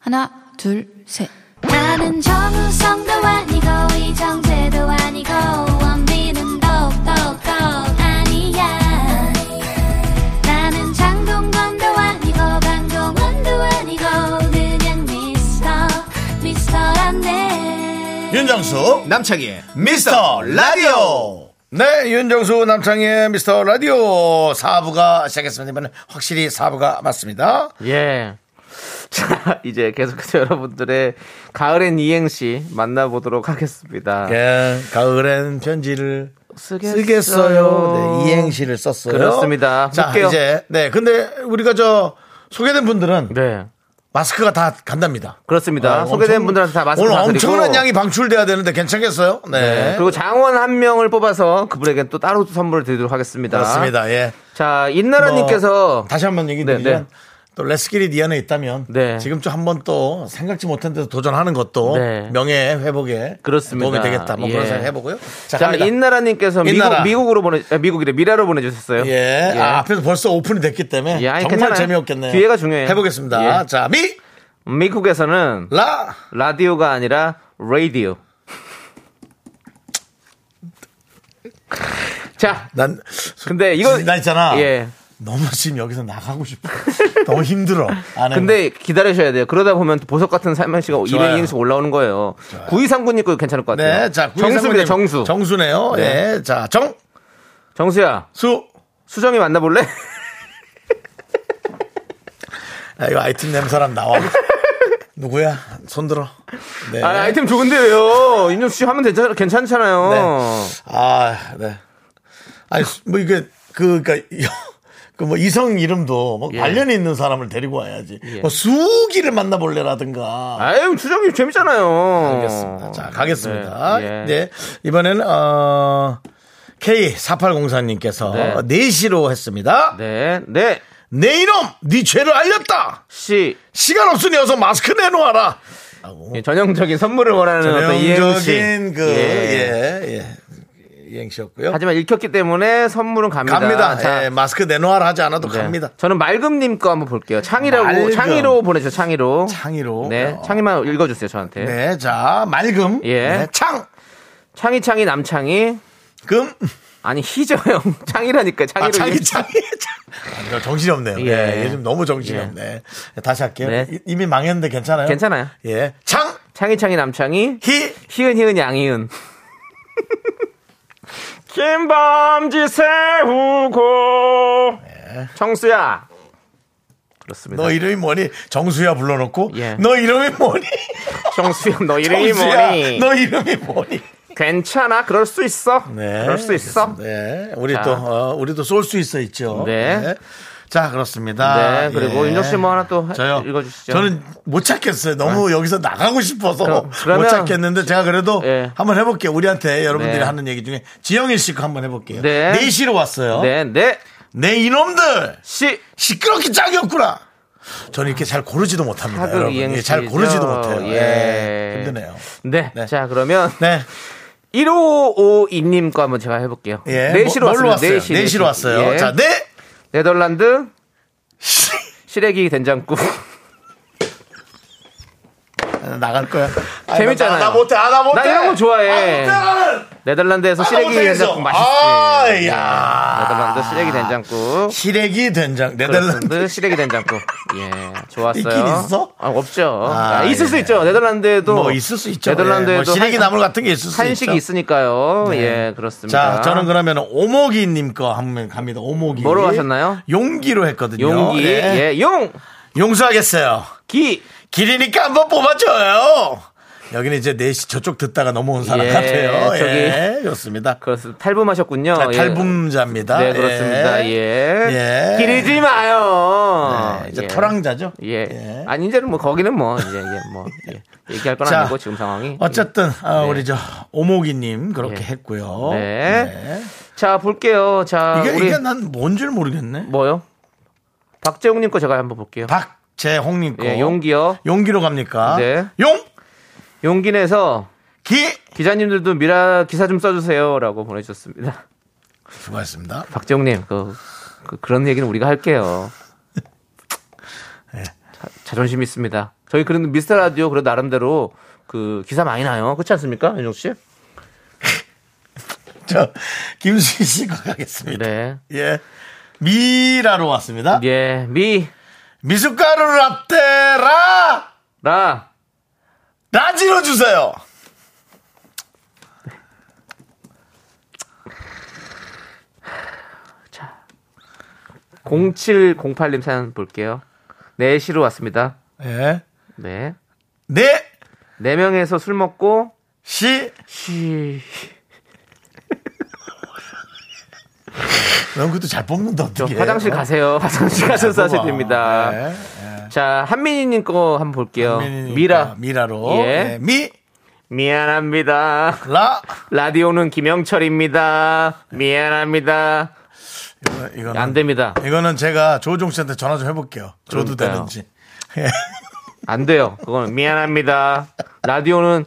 G: 하나, 둘, 셋.
F: 나는 정우성도 아니고 이정재도 아니고 원빈은 더욱더 아니야 나는 장동건도 아니고 강동원도 아니고 그냥 미스터 미스터란데
A: 윤정수, 남창희의 미스터 라디오! 네, 윤정수, 남창희의 미스터 라디오 4부가 시작했습니다. 이번엔 확실히 4부가 맞습니다.
B: 예. 자, 이제 계속해서 여러분들의 가을엔 이행시 만나보도록 하겠습니다.
A: 예, 가을엔 편지를
B: 쓰겠어요.
A: 쓰겠어요. 네, 이행시를 썼어요.
B: 그렇습니다.
A: 자,
B: 볼게요.
A: 이제 네, 근데 우리가 저 소개된 분들은
B: 네.
A: 마스크가 다 간답니다.
B: 그렇습니다.
A: 어,
B: 네, 소개된
A: 엄청-
B: 분들한테 다 마스크
A: 오늘
B: 다 드리고.
A: 엄청난 양이 방출돼야 되는데 괜찮겠어요? 네.
B: 네. 그리고 장원 한 명을 뽑아서 그분에게 또 따로 선물을 드리도록 하겠습니다.
A: 그렇습니다. 예.
B: 자, 인나라님께서
A: 뭐, 다시 한 번 얘기
B: 네,
A: 드리면
B: 네.
A: 또 레스킬이 니 안에 있다면
B: 네.
A: 지금 좀 한 번 또 생각지 못한 데서 도전하는 것도
B: 네.
A: 명예 회복에
B: 그렇습니다.
A: 도움이 되겠다. 뭐 그런
B: 예.
A: 생각 해보고요. 자,
B: 자,
A: 갑니다.
B: 인나라님께서
A: 인나라.
B: 미국, 으로 보내, 아, 미국이래, 미라로 보내주셨어요.
A: 예. 아, 앞에서 벌써 오픈이 됐기 때문에
B: 예, 아니,
A: 정말
B: 괜찮아요.
A: 재미없겠네요.
B: 기회가 중요해요.
A: 해보겠습니다.
B: 예.
A: 자, 미,
B: 미국에서는
A: 라,
B: 라디오가 아니라 라디오. 자,
A: 난
B: 근데 이거-
A: 나 있잖아.
B: 예.
A: 너무 지금 여기서 나가고 싶어. 너무 힘들어. 안 해요.
B: 근데 기다리셔야 돼요. 그러다 보면 보석 같은 살만씨가
A: 좋아요.
B: 1회 2행씩 올라오는 거예요. 구이상군님 거 괜찮을 것 같아요.
A: 네, 자 구이삼모님.
B: 정수입니다, 정수.
A: 정수네요.
B: 네.
A: 예, 자 정수.
B: 정수야, 수정이 만나볼래?
A: 네. 아, 이거 아이템 낸 사람 나와. 누구야? 손 들어. 네.
B: 아, 아이템 좋은데 왜요? 임종수 씨 하면 괜찮, 괜찮잖아요.
A: 네. 아, 네. 아니 수- 뭐 이게 그 그러니까. 그 뭐 이성 이름도 뭐
B: 예.
A: 관련이 있는 사람을 데리고 와야지. 뭐 수기를 만나볼래라든가.
B: 아유, 수정이 재밌잖아요.
A: 알겠습니다. 자, 가겠습니다.
B: 네,
A: 네.
B: 예.
A: 이번에는, 어, K4804님께서
B: 네.
A: 네. 시로 했습니다.
B: 네, 네.
A: 내 이놈! 네 죄를 알렸다!
B: 씨.
A: 시간 없으니 어서 마스크 내놓아라! 라고.
B: 예, 전형적인 선물을 원하는 어떤 그러니까 이행시.
A: 전형적인 그러니까 그,
B: 예.
A: 예, 예. 이행시였고요.
B: 하지만 읽혔기 때문에 선물은 갑니다.
A: 갑니다.
B: 자,
A: 예, 마스크 내놓아라 하지 않아도
B: 네.
A: 갑니다.
B: 저는 맑음님 거 한번 볼게요. 창이라고
A: 맑음.
B: 창이로 보내주세요. 창이로.
A: 창의로.
B: 네,
A: 어.
B: 창이만 읽어주세요 저한테.
A: 네, 자, 맑음.
B: 예.
A: 네, 창.
B: 창이 창이 남창이
A: 금.
B: 아니 희저형 창이라니까 창이로.
A: 아, 창이,
B: 읽-
A: 창이, 창. 아, 이거 정신이 없네요.
B: 예.
A: 예. 요즘 너무 정신이
B: 예.
A: 없네. 다시 할게요.
B: 네.
A: 이- 이미 망했는데 괜찮아요?
B: 괜찮아요.
A: 예. 창,
B: 창이 창이 남창이
A: 희,
B: 희은 희은 양희은. 긴 밤지 세우고 청수야 네. 그렇습니다.
A: 너 이름이 뭐니? 정수야 불러놓고
B: 예.
A: 너 이름이 뭐니?
B: 정수야, 너 이름이
A: 정수야,
B: 뭐니?
A: 너 이름이 뭐니?
B: 괜찮아, 그럴 수 있어.
A: 네.
B: 그럴 수 있어.
A: 그렇습니다. 네. 우리
B: 자.
A: 또, 어, 우리도 쏠 수 있어 있죠.
B: 네.
A: 자, 그렇습니다. 예.
B: 네, 그리고 윤정 씨뭐 하나 또 해- 읽어주시죠. 아.
A: 저는 못 찾겠어요. 너무 여기서 나가고 싶어서
B: 그럼- 그러면-
A: 못 찾겠는데 제가 그래도
B: 예.
A: 한번 해볼게요. 우리한테 여러분들이
B: 네.
A: 하는 얘기 중에 지영일 씨거 한번 해볼게요.
B: 네.
A: 네. 시로 왔어요.
B: 네, 네,
A: 네 이놈들!
B: 씨.
A: 시끄럽게 짝이 없구나! 저는 이렇게 잘 고르지도 못합니다.
B: 사극
A: 여러분. 예,
B: 이행시죠.
A: 잘 고르지도 못해요.
B: 예.
A: 예. 힘드네요.
B: 네.
A: 네.
B: 자, 그러면
A: 네.
B: 1552님과 한번 제가 해볼게요.
A: 예.
B: 네 4시로
A: 뭐- 뭘로
B: 왔습니다.
A: 왔어요?
B: 네 시,
A: 네시로
B: 네 시.
A: 왔어요.
B: 예.
A: 자, 네!
B: 네덜란드 시래기 된장국.
A: 아, 나갈 거야. 아니,
B: 재밌잖아요.
A: 나, 나 못해, 아, 나 못해.
B: 나 이런 거 좋아해.
A: 아, 못해, 나는.
B: 네덜란드에서
A: 아,
B: 시래기
A: 너무 재밌어.
B: 된장국 맛있지.
A: 아,
B: 예.
A: 야.
B: 네덜란드 시래기 된장국.
A: 시래기 된장, 네덜란드.
B: 네덜란드 시래기 된장국. 예, 좋았어요.
A: 있긴 있어?
B: 아, 없죠.
A: 아,
B: 아, 있을
A: 예.
B: 수 있죠. 네덜란드에도
A: 뭐 있을 수 있죠. 예,
B: 네덜란드에도
A: 뭐 시래기
B: 한-
A: 나물 같은 게 있을 수 있죠. 네.
B: 한식이 있으니까요. 예, 그렇습니다.
A: 자, 저는 그러면 오목이님 거 한번 갑니다. 오목이.
B: 뭐로 하셨나요?
A: 용기로 했거든요.
B: 용기,
A: 예.
B: 예, 용,
A: 용서하겠어요.
B: 기,
A: 길이니까 한번 뽑아줘요. 여기는 이제 4시 저쪽 듣다가 넘어온 사람
B: 예,
A: 같아요.
B: 저기.
A: 예, 그렇습니다.
B: 그렇습니다. 탈붐하셨군요.
A: 아,
B: 예.
A: 탈북자입니다.
B: 네, 그렇습니다. 예.
A: 예.
B: 기르지 마요.
A: 네, 이제
B: 예.
A: 토랑자죠?
B: 예. 아니, 이제는 뭐, 거기는 뭐, 이제, 예, 뭐, 예. 얘기할 건
A: 자,
B: 아니고, 지금 상황이.
A: 어쨌든 아,
B: 네.
A: 우리 저 오목이님 그렇게
B: 예.
A: 했고요.
B: 네.
A: 네.
B: 자, 볼게요. 자,
A: 이게
B: 우리.
A: 이게 난 뭔 줄 모르겠네.
B: 뭐요? 박재웅님 거 제가 한번 볼게요.
A: 박재홍님 거.
B: 예, 용기요.
A: 용기로 갑니까?
B: 네.
A: 용기
B: 용기 내서 기자님들도 미라 기사 좀 써주세요라고 보내주셨습니다.
A: 수고하셨습니다.
B: 박재웅님, 그, 그, 런 얘기는 우리가 할게요.
A: 네.
B: 자, 자존심 있습니다. 저희 그래도 미스터 라디오 그래도 나름대로 그 기사 많이 나요. 그렇지 않습니까? 윤종 씨?
A: 저 김수희 씨거 가겠습니다.
B: 네.
A: 예. 미라로 왔습니다.
B: 예, 미,
A: 미숫가루 라떼라
B: 라,
A: 라지로 주세요.
B: 자. 0708님 사연 볼게요. 4시로 왔습니다.
A: 예.
B: 네.
A: 네.
B: 4명에서 술 먹고,
A: 시.
B: 쉬.
A: 넌 그것도 잘 뽑는다. 예. 어떻게
B: 저
A: 아, 네.
B: 화장실 가세요. 화장실 가서 사셔야 됩니다. 자, 한민희님 거 한번 볼게요. 미라.
A: 아, 네, 미라로.
B: 예.
A: 예. 미.
B: 미안합니다.
A: 라.
B: 라디오는 김영철입니다.
A: 네.
B: 미안합니다.
A: 이거는
B: 안 됩니다.
A: 이거는 제가 조종 씨한테 전화 좀 해볼게요. 줘도
B: 그러니까요.
A: 되는지.
B: 안 돼요. 그건 미안합니다. 라디오는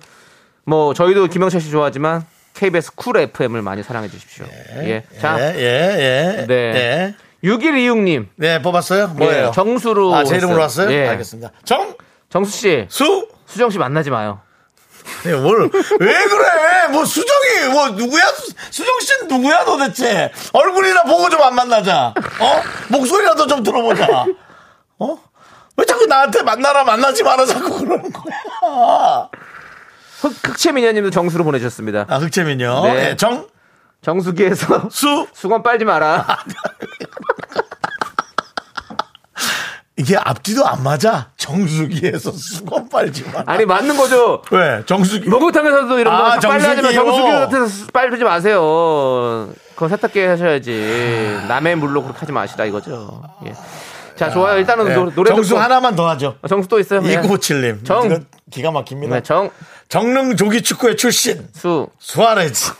B: 뭐 저희도 김영철 씨 좋아하지만 KBS 쿨 FM을 많이 사랑해 주십시오. 예.
A: 예,
B: 자,
A: 예, 예.
B: 네.
A: 예.
B: 6126님.
A: 네, 뽑았어요? 뭐예요?
B: 예, 정수로
A: 아, 제 이름으로
B: 했어요.
A: 왔어요?
B: 예.
A: 알겠습니다. 정,
B: 정수 씨,
A: 수!
B: 수정 씨 만나지 마요.
A: 네, 뭘, 왜 그래? 뭐, 수정이, 뭐, 누구야? 수정 씨는 누구야 도대체? 얼굴이나 보고 좀 안 만나자. 어? 목소리라도 좀 들어보자. 어? 왜 자꾸 나한테 만나라, 만나지 마라 자꾸 그러는 거야?
B: 흑- 흑채미녀님도 정수로 보내주셨습니다.
A: 아, 흑채민요.
B: 네.
A: 예, 정,
B: 정수기에서
A: 수!
B: 수건 빨지 마라.
A: 이게 앞뒤도 안 맞아. 정수기에서 수건 빨지 마.
B: 아니 맞는 거죠.
A: 왜? 정수기.
B: 목욕탕에서도 이런 거
A: 아,
B: 다 빨래하지만
A: 정수기요.
B: 정수기 같아서 빨리지 마세요. 그거 세탁기 하셔야지. 남의 물로 그렇게 하지 마시라 이거죠. 예. 자, 좋아요. 일단은
A: 예,
B: 노, 노래
A: 정수
B: 듣고.
A: 하나만 더 하죠.
B: 어, 정수 또 있어요. 예.
A: 2957님.
B: 정.
A: 이건 기가 막힙니다.
B: 네, 정,
A: 정릉 조기 축구의 출신
B: 수.
A: 수아레즈.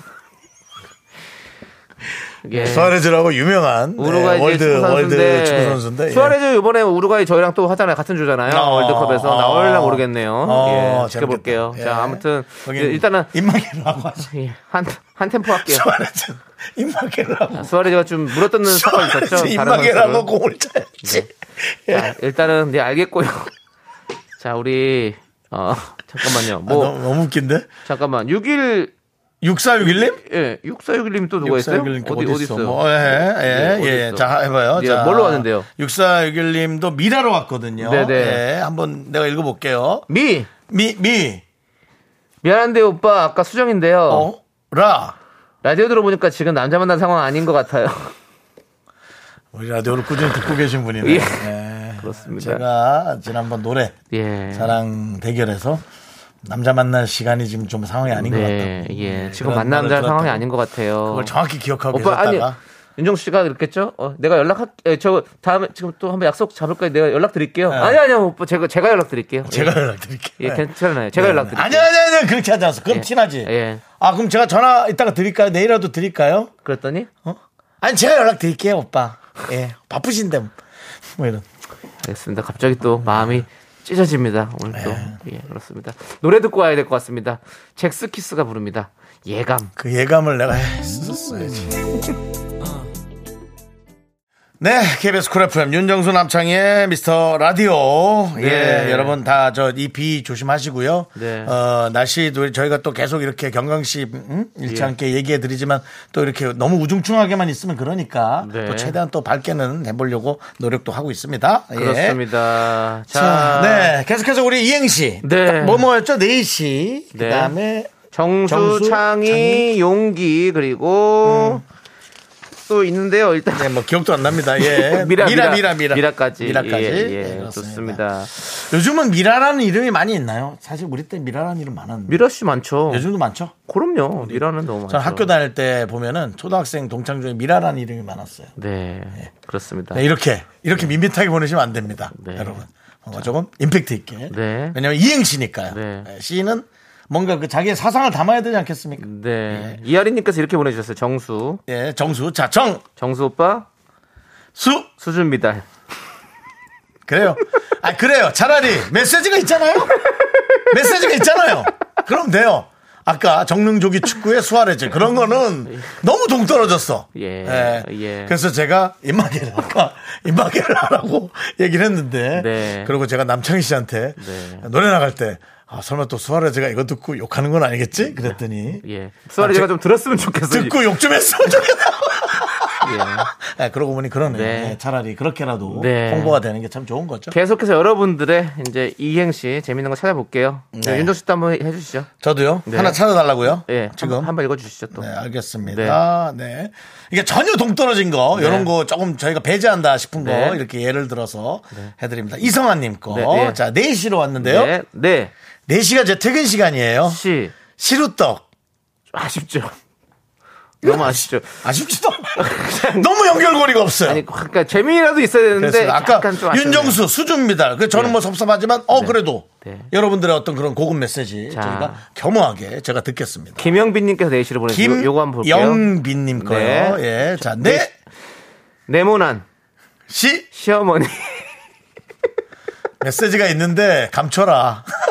B: 예.
A: 네, 수아레즈라고 유명한 네,
B: 우루과이
A: 월드
B: 월드,
A: 월드 축구
B: 선수인데
A: 선수인데. 예.
B: 수아레즈 이번에 우루과이 저희랑 또 하잖아요 같은 주잖아요
A: 어,
B: 월드컵에서
A: 어.
B: 나올라 모르겠네요
A: 어,
B: 예, 지켜볼게요
A: 재밌겠다. 예.
B: 자 아무튼
A: 거긴
B: 일단은
A: 입마개라고 하죠.
B: 예, 한, 한 템포 할게요
A: 수아레즈 입마개라고.
B: 수아레즈가 좀 물어뜯는 스타일 있었죠.
A: 수아레즈
B: 다른
A: 입마개라고
B: 선수들은.
A: 공을 차야지. 예.
B: 자, 일단은 네 알겠고요. 자, 우리 어 잠깐만요. 뭐
A: 아, 너무, 너무 웃긴데.
B: 잠깐만. 6일
A: 6461님?
B: 예, 6461님이 또 누가 있어요?
A: 6461님 께
B: 어디 어디 있어요?
A: 뭐, 예, 예,
B: 네,
A: 예.
B: 어디 있어?
A: 자, 해봐요.
B: 예,
A: 자,
B: 뭘로 왔는데요?
A: 6461님도 미라로 왔거든요.
B: 네, 네.
A: 예, 한번 내가 읽어볼게요.
B: 미
A: 미, 미,
B: 미안한데 오빠 아까 수정인데요.
A: 어, 라.
B: 라디오 들어보니까 지금 남자 만난 상황 아닌 것 같아요.
A: 우리 라디오를 꾸준히 듣고 계신 분이네.
B: 예.
A: 예.
B: 그렇습니다.
A: 제가 지난번 노래
B: 예.
A: 사랑 대결에서 남자 만날 시간이 지금 좀 상황이 아닌 것
B: 네,
A: 같다. 음,
B: 예. 지금
A: 그런
B: 만나는
A: 말을
B: 상황이
A: 들었다고.
B: 아닌 것 같아요.
A: 그걸 정확히 기억하고
B: 오빠 아니
A: 계셨다가
B: 윤정 씨가 그랬겠죠? 어, 내가 연락할 예, 저 다음에 지금 또 한번 약속 잡을까요? 내가 연락
A: 네.
B: 드릴게요. 아니 아니요 오빠 제가 제가 연락 드릴게요.
A: 제가 연락드릴게요. 네.
B: 예, 괜찮아요. 제가 연락 드릴게요.
A: 아니 아니 아니 그렇게 하지 않았어. 그럼
B: 예.
A: 친하지.
B: 예.
A: 아 그럼 제가 전화 이따가 드릴까요? 내일이라도 드릴까요?
B: 그랬더니
A: 어? 아니 제가 연락 드릴게요 오빠. 예 바쁘신데 뭐 이런.
B: 알겠습니다. 갑자기 또 마음이 찢어집니다. 오늘 또.
A: 네.
B: 예, 그렇습니다. 노래 듣고 와야 될 것 같습니다. 잭스키스가 부릅니다. 예감.
A: 그 예감을 내가 했었어야지. 네, KBS 쿨 FM 윤정수 남창희의 미스터 라디오.
B: 네.
A: 예, 여러분 다 저 이 비 조심하시고요.
B: 네.
A: 어, 날씨도 저희가 또 계속 이렇게 경강씨 음? 잃지
B: 예.
A: 않게 얘기해 드리지만 또 이렇게 너무 우중충하게만 있으면 그러니까
B: 네.
A: 또 최대한 또 밝게는 해보려고 노력도 하고 있습니다. 예.
B: 그렇습니다. 자,
A: 자, 네, 계속해서 우리 이행시.
B: 네.
A: 딱 뭐뭐였죠? 네이시
B: 네.
A: 그다음에
B: 정수,
A: 정수, 음.
B: 창의,
A: 창의.
B: 용기, 그리고 또 있는데요. 일단
A: 네, 뭐 기억도 안 납니다. 예.
B: 미라, 미라,
A: 미라, 미라.
B: 까지
A: 미라까지. 네,
B: 예, 예,
A: 그렇습니다.
B: 좋습니다.
A: 요즘은 미라라는 이름이 많이 있나요? 사실 우리 때 미라라는 이름 많았는데.
B: 미라 씨 많죠.
A: 요즘도 많죠?
B: 그럼요. 미라는 너무 많죠.
A: 저는 학교 다닐 때 보면은 초등학생 동창 중에 미라라는 이름이 많았어요.
B: 네, 그렇습니다.
A: 네, 이렇게, 이렇게 밋밋하게 보내시면 안 됩니다.
B: 네.
A: 여러분. 뭔가 조금 임팩트 있게.
B: 네.
A: 왜냐면 이행시니까요.
B: 네.
A: 네, 시는 뭔가 그 자기의 사상을 담아야 되지 않겠습니까?
B: 네. 이하리님께서 이렇게 보내주셨어요. 정수.
A: 예, 정수. 자, 정,
B: 정수 오빠,
A: 수.
B: 수준 미달.
A: 그래요. 아, 그래요. 차라리 메시지가 있잖아요. 메시지가 있잖아요. 그럼 돼요. 아까 정릉조기 축구의 수아레즈 그런 거는 너무 동떨어졌어.
B: 예, 예.
A: 그래서 제가 입마개를 아까 입마개를 하라고 얘기를 했는데
B: 네.
A: 그리고 제가 남창희 씨한테
B: 네.
A: 노래 나갈 때 아, 설마 또 수아레즈가 이거 듣고 욕하는 건 아니겠지? 그랬더니
B: 예. 수아리 제가
A: 아, 제-
B: 좀 들었으면 좋겠어요.
A: 듣고 욕 좀 했으면 좋겠다.
B: 예.
A: 네, 그러고 보니 그러네.
B: 네.
A: 네, 차라리 그렇게라도
B: 네.
A: 홍보가 되는 게 참 좋은 거죠.
B: 계속해서 여러분들의 이제 이행시 재밌는 거 찾아볼게요.
A: 네.
B: 윤정 씨도 한번 해주시죠.
A: 저도요.
B: 네.
A: 하나 찾아달라고요.
B: 예.
A: 지금.
B: 한번, 한번 읽어주시죠 또.
A: 네, 알겠습니다. 네. 이게 전혀 동떨어진 거,
B: 네.
A: 이런 거 조금 저희가 배제한다 싶은 거,
B: 네.
A: 이렇게 예를 들어서 해드립니다. 이성아님 거.
B: 네, 네.
A: 자, 4시로 왔는데요.
B: 네. 네.
A: 4시가 제 퇴근 시간이에요.
B: 씨.
A: 시루떡.
B: 아쉽죠. 너무 아쉽죠.
A: 아쉽지도 않아요. 너무 연결고리가 없어요.
B: 아니, 그러니까 재미라도 있어야 되는데.
A: 그래서 아까
B: 약간 좀 아쉽네요.
A: 윤정수 수준입니다. 그 저는 뭐 섭섭하지만 어 그래도
B: 네.
A: 여러분들의 어떤 그런 고급 메시지
B: 자.
A: 저희가 겸허하게 제가 듣겠습니다.
B: 김영빈님께서 내시를 보내주고 요거 한번 볼게요.
A: 김영빈님 거요.
B: 네.
A: 예, 자, 네,
B: 네모난
A: 시
B: 시어머니.
A: 메시지가 있는데 감춰라.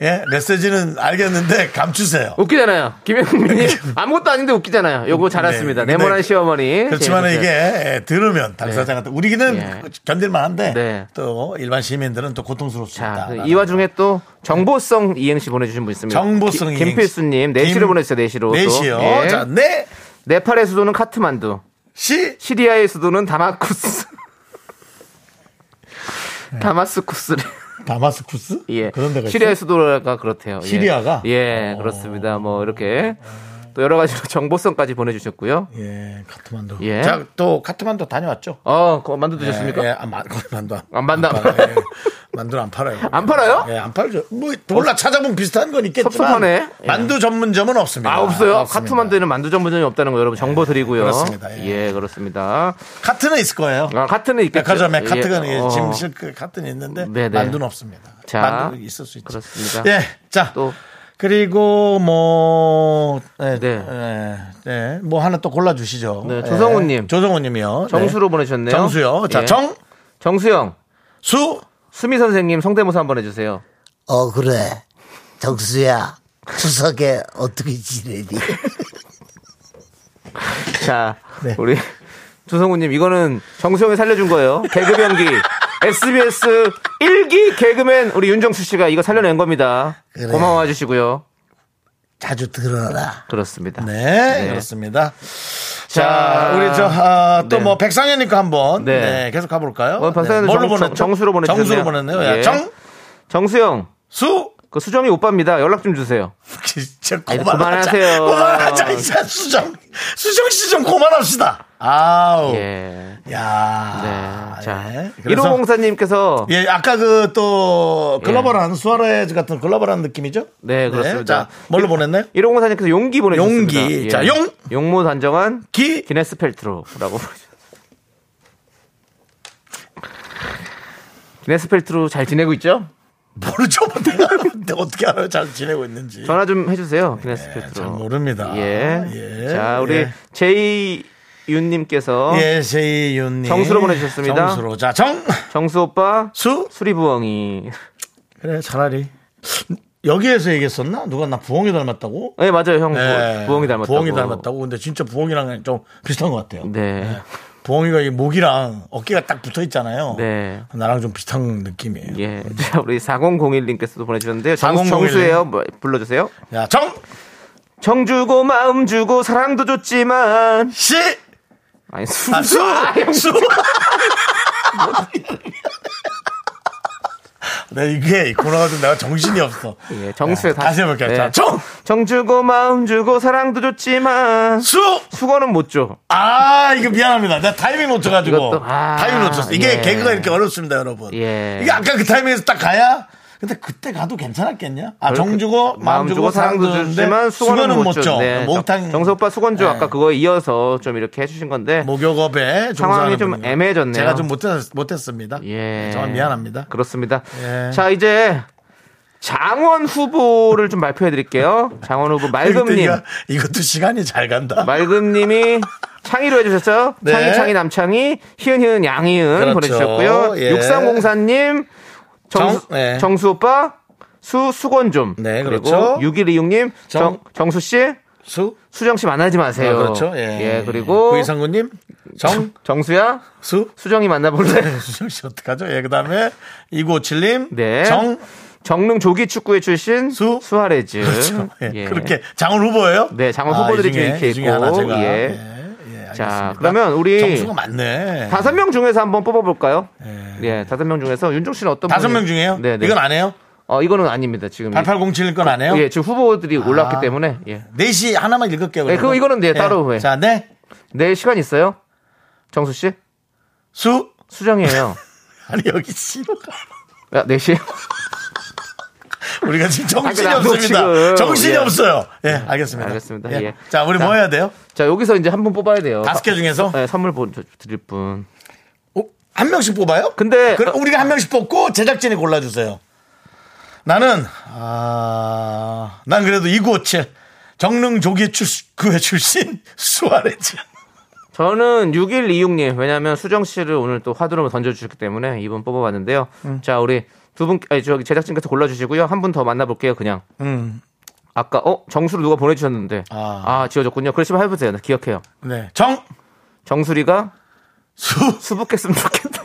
A: 예, 메시지는 알겠는데 감추세요.
B: 웃기잖아요. 김영빈님 아무것도 아닌데 웃기잖아요. 요거 잘
A: 네.
B: 왔습니다.
A: 근데
B: 네모난 시어머니.
A: 그렇지만
B: 재밌었어요.
A: 이게 예, 들으면 당사자한테 우리는
B: 네. 예.
A: 견딜만한데
B: 네.
A: 또 일반 시민들은 또 고통스러울 수
B: 자,
A: 있다.
B: 그이 와중에 또 정보성 이행시 보내주신 분 있습니다.
A: 네. 정보성
B: 기-
A: 이행시.
B: 김필수님, 4시로
A: 김-
B: 보내주세요, 4시로.
A: 네시요.
B: 예.
A: 자, 네,
B: 네팔의 수도는 카트만두,
A: 시
B: 시리아의 수도는 다마쿠스. 다마스쿠스래.
A: 다마스쿠스?
B: 예.
A: 네. 그런 데가
B: 시리아의
A: 있어요.
B: 수도가 그렇대요. 예.
A: 시리아가?
B: 예,
A: 어.
B: 그렇습니다. 뭐, 이렇게. 또 여러 가지로 정보성까지 보내주셨고요.
A: 예, 카트만두.
B: 예.
A: 자, 또 카트만두 다녀왔죠?
B: 어, 그거 만두 드셨습니까?
A: 예, 예, 아, 만, 거기 만두 안,
B: 안 만다.
A: 팔아요. 예. 만두는 안 팔아요.
B: 안 팔아요?
A: 예, 안 팔죠. 뭐 몰라 찾아보면 비슷한 건 있겠지만
B: 어? 섭섭하네. 예.
A: 만두 전문점은 없습니다.
B: 아, 없어요?
A: 없습니다.
B: 카트만두에는 만두 전문점이 없다는 거 여러분 정보 드리고요.
A: 그렇습니다. 예.
B: 예, 그렇습니다.
A: 카트는 있을 거예요.
B: 아, 카트는 있겠죠.
A: 백화점에
B: 예,
A: 네, 그렇죠. 카트가
B: 어.
A: 짐 실크 카트는 있는데
B: 네네.
A: 만두는 없습니다.
B: 자,
A: 만두 있을 수 있죠.
B: 그렇습니다.
A: 예, 자
B: 또.
A: 그리고 뭐, 네,
B: 네.
A: 네, 네, 뭐 하나 또 골라 주시죠. 예.
B: 네, 조성우님.
A: 조성우님이요.
B: 정수로
A: 네.
B: 보내셨네요.
A: 정수요. 자,
B: 예.
A: 정,
B: 정수영.
A: 수,
B: 수미 선생님 성대모사 한번 해주세요.
H: 어 그래 정수야 추석에 어떻게 지내니?
B: 자,
A: 네.
B: 우리 조성우님 이거는 정수영이 살려준 거예요. 개그 연기 SBS 일기 개그맨 우리 윤정수 씨가 이거 살려낸 겁니다.
H: 그래.
B: 고마워해 주시고요.
H: 자주 들어라.
B: 그렇습니다.
A: 네,
B: 네.
A: 그렇습니다. 자, 우리 저, 아, 또
B: 네.
A: 뭐, 백상현님과 한번,
B: 네.
A: 네. 계속 가볼까요? 네,
B: 어, 박상현은
A: 뭘로
B: 정-
A: 보냈죠?
B: 정수로 보내주셨네요.
A: 정수로 보냈네요. 야,
B: 예.
A: 정,
B: 정수영,
A: 수!
B: 그 수정이 오빠입니다. 연락 좀 주세요.
A: 진짜
B: 아니,
A: 그만하자.
B: 그만하세요.
A: 그만하자, 이제 수정. 수정 씨 좀 그만합시다. 아우.
B: 예.
A: 야.
B: 네. 자,
A: 예. 그래서-
B: 1504님께서
A: 예, 아까 그 또 글로벌한 수아레즈 같은 글로벌한 느낌이죠?
B: 예. 네, 그렇습니다.
A: 자, 뭘로 보냈나요?
B: 1504님께서 그 용기 보내주셨습니다. 예.
A: 용기. 자, 용!
B: 용모 단정한
A: 기
B: 기네스 펠트로라고 보내주셨습니다. 기네스 펠트로 잘 지내고 있죠?
A: 모르죠. 내가 근데 어떻게 알아요? 잘 지내고 있는지.
B: 전화 좀 해주세요. 기네스
A: 예,
B: 펠트로.
A: 잘 모릅니다.
B: 예.
A: 예.
B: 자, 우리
A: 예.
B: 제이윤님께서
A: 예, 제이윤님.
B: 정수로 보내주셨습니다.
A: 정수로. 자, 정,
B: 정수 오빠
A: 수.
B: 수리부엉이.
A: 그래, 차라리. 여기에서 얘기했었나? 누가 나 부엉이 닮았다고?
B: 네 맞아요 형
A: 예,
B: 부- 부엉이 닮았다고.
A: 부엉이 닮았다고. 예. 근데 진짜 부엉이랑 좀 비슷한 것 같아요.
B: 네.
A: 부엉이가 이 목이랑 어깨가 딱 붙어 있잖아요.
B: 네.
A: 나랑 좀 비슷한 느낌이에요.
B: 예. 자, 우리 4001님께서도 보내주셨는데요. 정수,
A: 4001님.
B: 정수예요. 뭐, 불러주세요.
A: 야, 정,
B: 정 주고 마음 주고 사랑도 줬지만
A: 시,
B: 아니 수.
A: 아, 수,
B: 아, 형.
A: 수. 네, 이게 이 코너가 좀 내가 정신이 없어.
B: 예, 정수에
A: 네, 다시 해볼게요.
B: 네.
A: 자, 정,
B: 정 주고 마음 주고 사랑도 줬지만
A: 수.
B: 수건은 못 줘.
A: 아, 이거 미안합니다. 내가 타이밍 놓쳐가지고.
B: 이것도, 아,
A: 타이밍 놓쳤어. 이게
B: 예.
A: 개그가 이렇게 어렵습니다, 여러분.
B: 예.
A: 이게 아까 그 타이밍에서 딱 가야. 근데 그때 가도 괜찮았겠냐? 아, 정 주고, 마음 주고, 사랑도 주는데 그
B: 주지만 수건은 못 줘. 네.
A: 목탕.
B: 정수 오빠 수건 줘.
A: 예.
B: 아까 그거에 이어서 좀 이렇게 해주신 건데.
A: 뭐- 목욕업에
B: 상황이 좀
A: 종사하는군요.
B: 애매해졌네요.
A: 제가 좀 못했, 못했습니다.
B: 예.
A: 네, 정말 미안합니다.
B: 그렇습니다.
A: 예.
B: 자, 이제 장원 후보를 좀 발표해 드릴게요. 장원 후보 맑음님.
A: 이거- 그러니까 이것도 시간이 잘 간다.
B: 맑음님이 창의로 해주셨어요.
A: 네.
B: 창의, 창의, 남창희, 희은희은,
A: 그렇죠.
B: 양희은 보내주셨고요.
A: 예.
B: 6304님, 정수,
A: 정- 네.
B: 정수 오빠, 수, 수건 좀.
A: 네,
B: 그리고
A: 그렇죠.
B: 6126님, 정,
A: 정-
B: 정수 씨,
A: 수?
B: 수정 씨 만나지 마세요.
A: 아, 그렇죠. 예.
B: 그리고
A: 구이상구님, 정, 네.
B: 정수야,
A: 수.
B: 수정이 만나볼래?
A: 수정 씨 어떡하죠? 예, 그 다음에 2957님,
B: 네.
A: 정,
B: 정릉 조기 축구회 출신 수
A: 수?
B: 수아레즈.
A: 그렇죠. 예.
B: 예.
A: 그렇게 장원 후보예요?
B: 네, 장원
A: 아,
B: 후보들이
A: 이 중에,
B: 이렇게
A: 이 중에
B: 있고,
A: 하나 제가.
B: 예.
A: 예. 예,
B: 자,
A: 알겠습니다.
B: 그러면 우리
A: 점수가 많네.
B: 다섯 명 중에서 한번 뽑아볼까요?
A: 예.
B: 예, 다섯 명 중에서 윤종 씨는 어떤
A: 다섯
B: 분이-
A: 명 중에요?
B: 네, 네.
A: 이건 안 해요?
B: 어, 이거는 아닙니다. 지금
A: 8807일 건 안 해요?
B: 예, 지금 후보들이 올라왔기
A: 아.
B: 때문에 예.
A: 네 시 하나만 읽을게요. 그러면.
B: 네, 그거 이거는 네, 따로 해.
A: 자, 네.
B: 내일 시간 있어요? 정수 씨
A: 수.
B: 수정이에요.
A: 아니, 여기 시로가.
B: 야, 4시에
A: 우리가
B: 아,
A: 지금 정신이
B: 나도
A: 없습니다.
B: 지금.
A: 정신이
B: 예.
A: 없어요. 예, 알겠습니다.
B: 알겠습니다.
A: 예.
B: 예.
A: 자, 우리 뭐 해야 돼요?
B: 자 여기서 이제 한 분 뽑아야 돼요.
A: 다섯 개 중에서?
B: 네, 선물 보, 드릴 분.
A: 어, 한 명씩 뽑아요?
B: 근데 어.
A: 그럼 우리가 한 명씩 뽑고 제작진이 골라주세요. 나는, 아, 난 그래도 2957. 정릉 조기 출구회 출신 수아레즈.
B: 저는 6126님, 왜냐면 하 수정 씨를 오늘 또 화두로 던져주셨기 때문에 이분 뽑아봤는데요.
A: 음.
B: 자, 우리 두 분, 아니, 저기 제작진께서 골라주시고요. 한 분 더 만나볼게요, 그냥. 아까, 어? 정수를 누가 보내주셨는데. 아,
A: 음. 아.
B: 지워졌군요. 그러시면 해보세요. 나 기억해요.
A: 네. 정,
B: 정수리가
A: 수.
B: 수북했으면 좋겠다.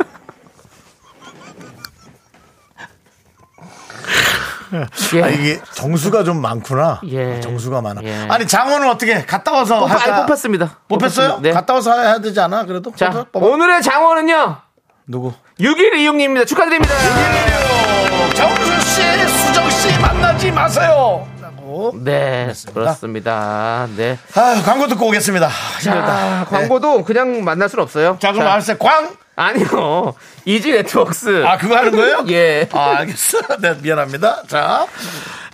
B: 예.
A: 아, 이게 정수가 좀 많구나.
B: 예.
A: 정수가 많아.
B: 예.
A: 아니, 장원은 어떻게 해? 갔다 와서
B: 뽑,
A: 할까?
B: 아니, 뽑혔습니다.
A: 뽑혔어요?
B: 네.
A: 갔다 와서 해야 되지 않아? 그래도?
B: 자, 어?
A: 뽑아- 뽑아-
B: 오늘의 장원은요,
A: 누구?
B: 6126님입니다. 축하드립니다.
A: 정수 씨, 수정 씨 만나지 마세요.
B: 네, 그렇습니다. 네.
A: 아, 광고 듣고 오겠습니다. 힘들다.
B: 자, 광고도 그냥 만날 순 없어요.
A: 네. 자, 그럼 알았어요. 광?
B: 아니요. 이지 네트워크스.
A: 아, 그거 하는 거예요?
B: 예.
A: 아, 알겠어. 네, 미안합니다. 자,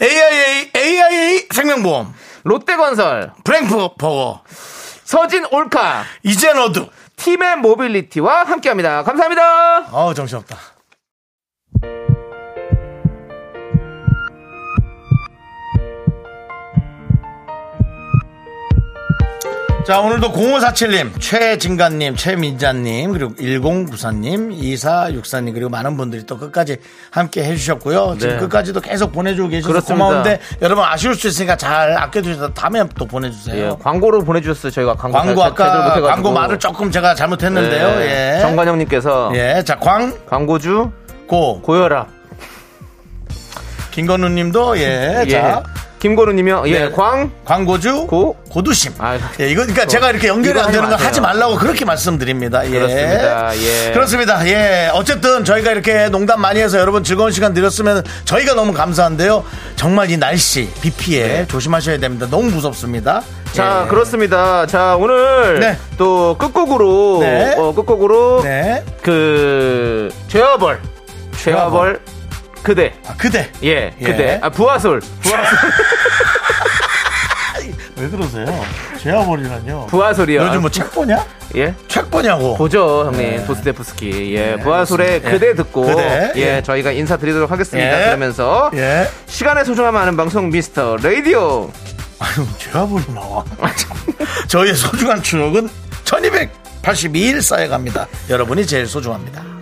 A: AIA, AIA 생명보험,
B: 롯데건설,
A: 브랭프 파워,
B: 서진 올카,
A: 이젠 어두.
B: 팀의 모빌리티와 함께 합니다. 감사합니다.
A: 어우, 정신없다. 자, 오늘도 0547님, 최진관님, 최민자님, 그리고 1094님, 2464님, 그리고 많은 분들이 또 끝까지 함께 해주셨고요. 지금
B: 네.
A: 끝까지도 계속 보내주고 계셔서
B: 그렇습니다.
A: 고마운데, 여러분 아쉬울 수 있으니까 잘 아껴주셔서 다음에 또 보내주세요.
B: 예, 광고로 보내주셨어요. 저희가 광고,
A: 광고
B: 잘- 제대로
A: 아까,
B: 못해가지고.
A: 광고 말을 조금 제가 잘못했는데요.
B: 네.
A: 예.
B: 정관영님께서
A: 예, 자, 광,
B: 광고주
A: 고,
B: 고혈압.
A: 김건우 님도 예.
B: 예.
A: 자.
B: 김고루님이요. 예,
A: 네.
B: 광.
A: 광고주
B: 고-
A: 고두심.
B: 아,
A: 예, 이거 그러니까 제가 이렇게 연결이
B: 이거
A: 안 되는 거
B: 하지
A: 하지 말라고 그렇게 말씀드립니다. 예.
B: 그렇습니다. 예.
A: 그렇습니다. 예. 어쨌든 저희가 이렇게 농담 많이 해서 여러분 즐거운 시간 드렸으면 저희가 너무 감사한데요. 정말 이 날씨 비 피해 조심하셔야 됩니다. 너무 무섭습니다.
B: 네. 자,
A: 예.
B: 그렇습니다. 자, 오늘
A: 네.
B: 또 끝곡으로
A: 네.
B: 어, 끝곡으로
A: 네.
B: 그 죄와벌 죄와벌 그대
A: 아, 그대.
B: 예,
A: 예.
B: 그대 아 부하솔 부하솔
A: 왜 그러세요? 죄아버리라뇨.
B: 부하솔이요
A: 요즘 뭐 책 보냐?
B: 예
A: 책 보냐고.
B: 보죠 형님 도스테프스키 예 부하솔의
A: 네, 그렇습니다.
B: 그대
A: 예.
B: 듣고
A: 그대.
B: 예,
A: 예.
B: 저희가 인사드리도록 하겠습니다
A: 예.
B: 그러면서
A: 예.
B: 시간의 소중함 아는 방송 미스터 라디오
A: 아유, 죄아버리 나와. 저희의 소중한 추억은 1282일 쌓여갑니다. 여러분이 제일 소중합니다.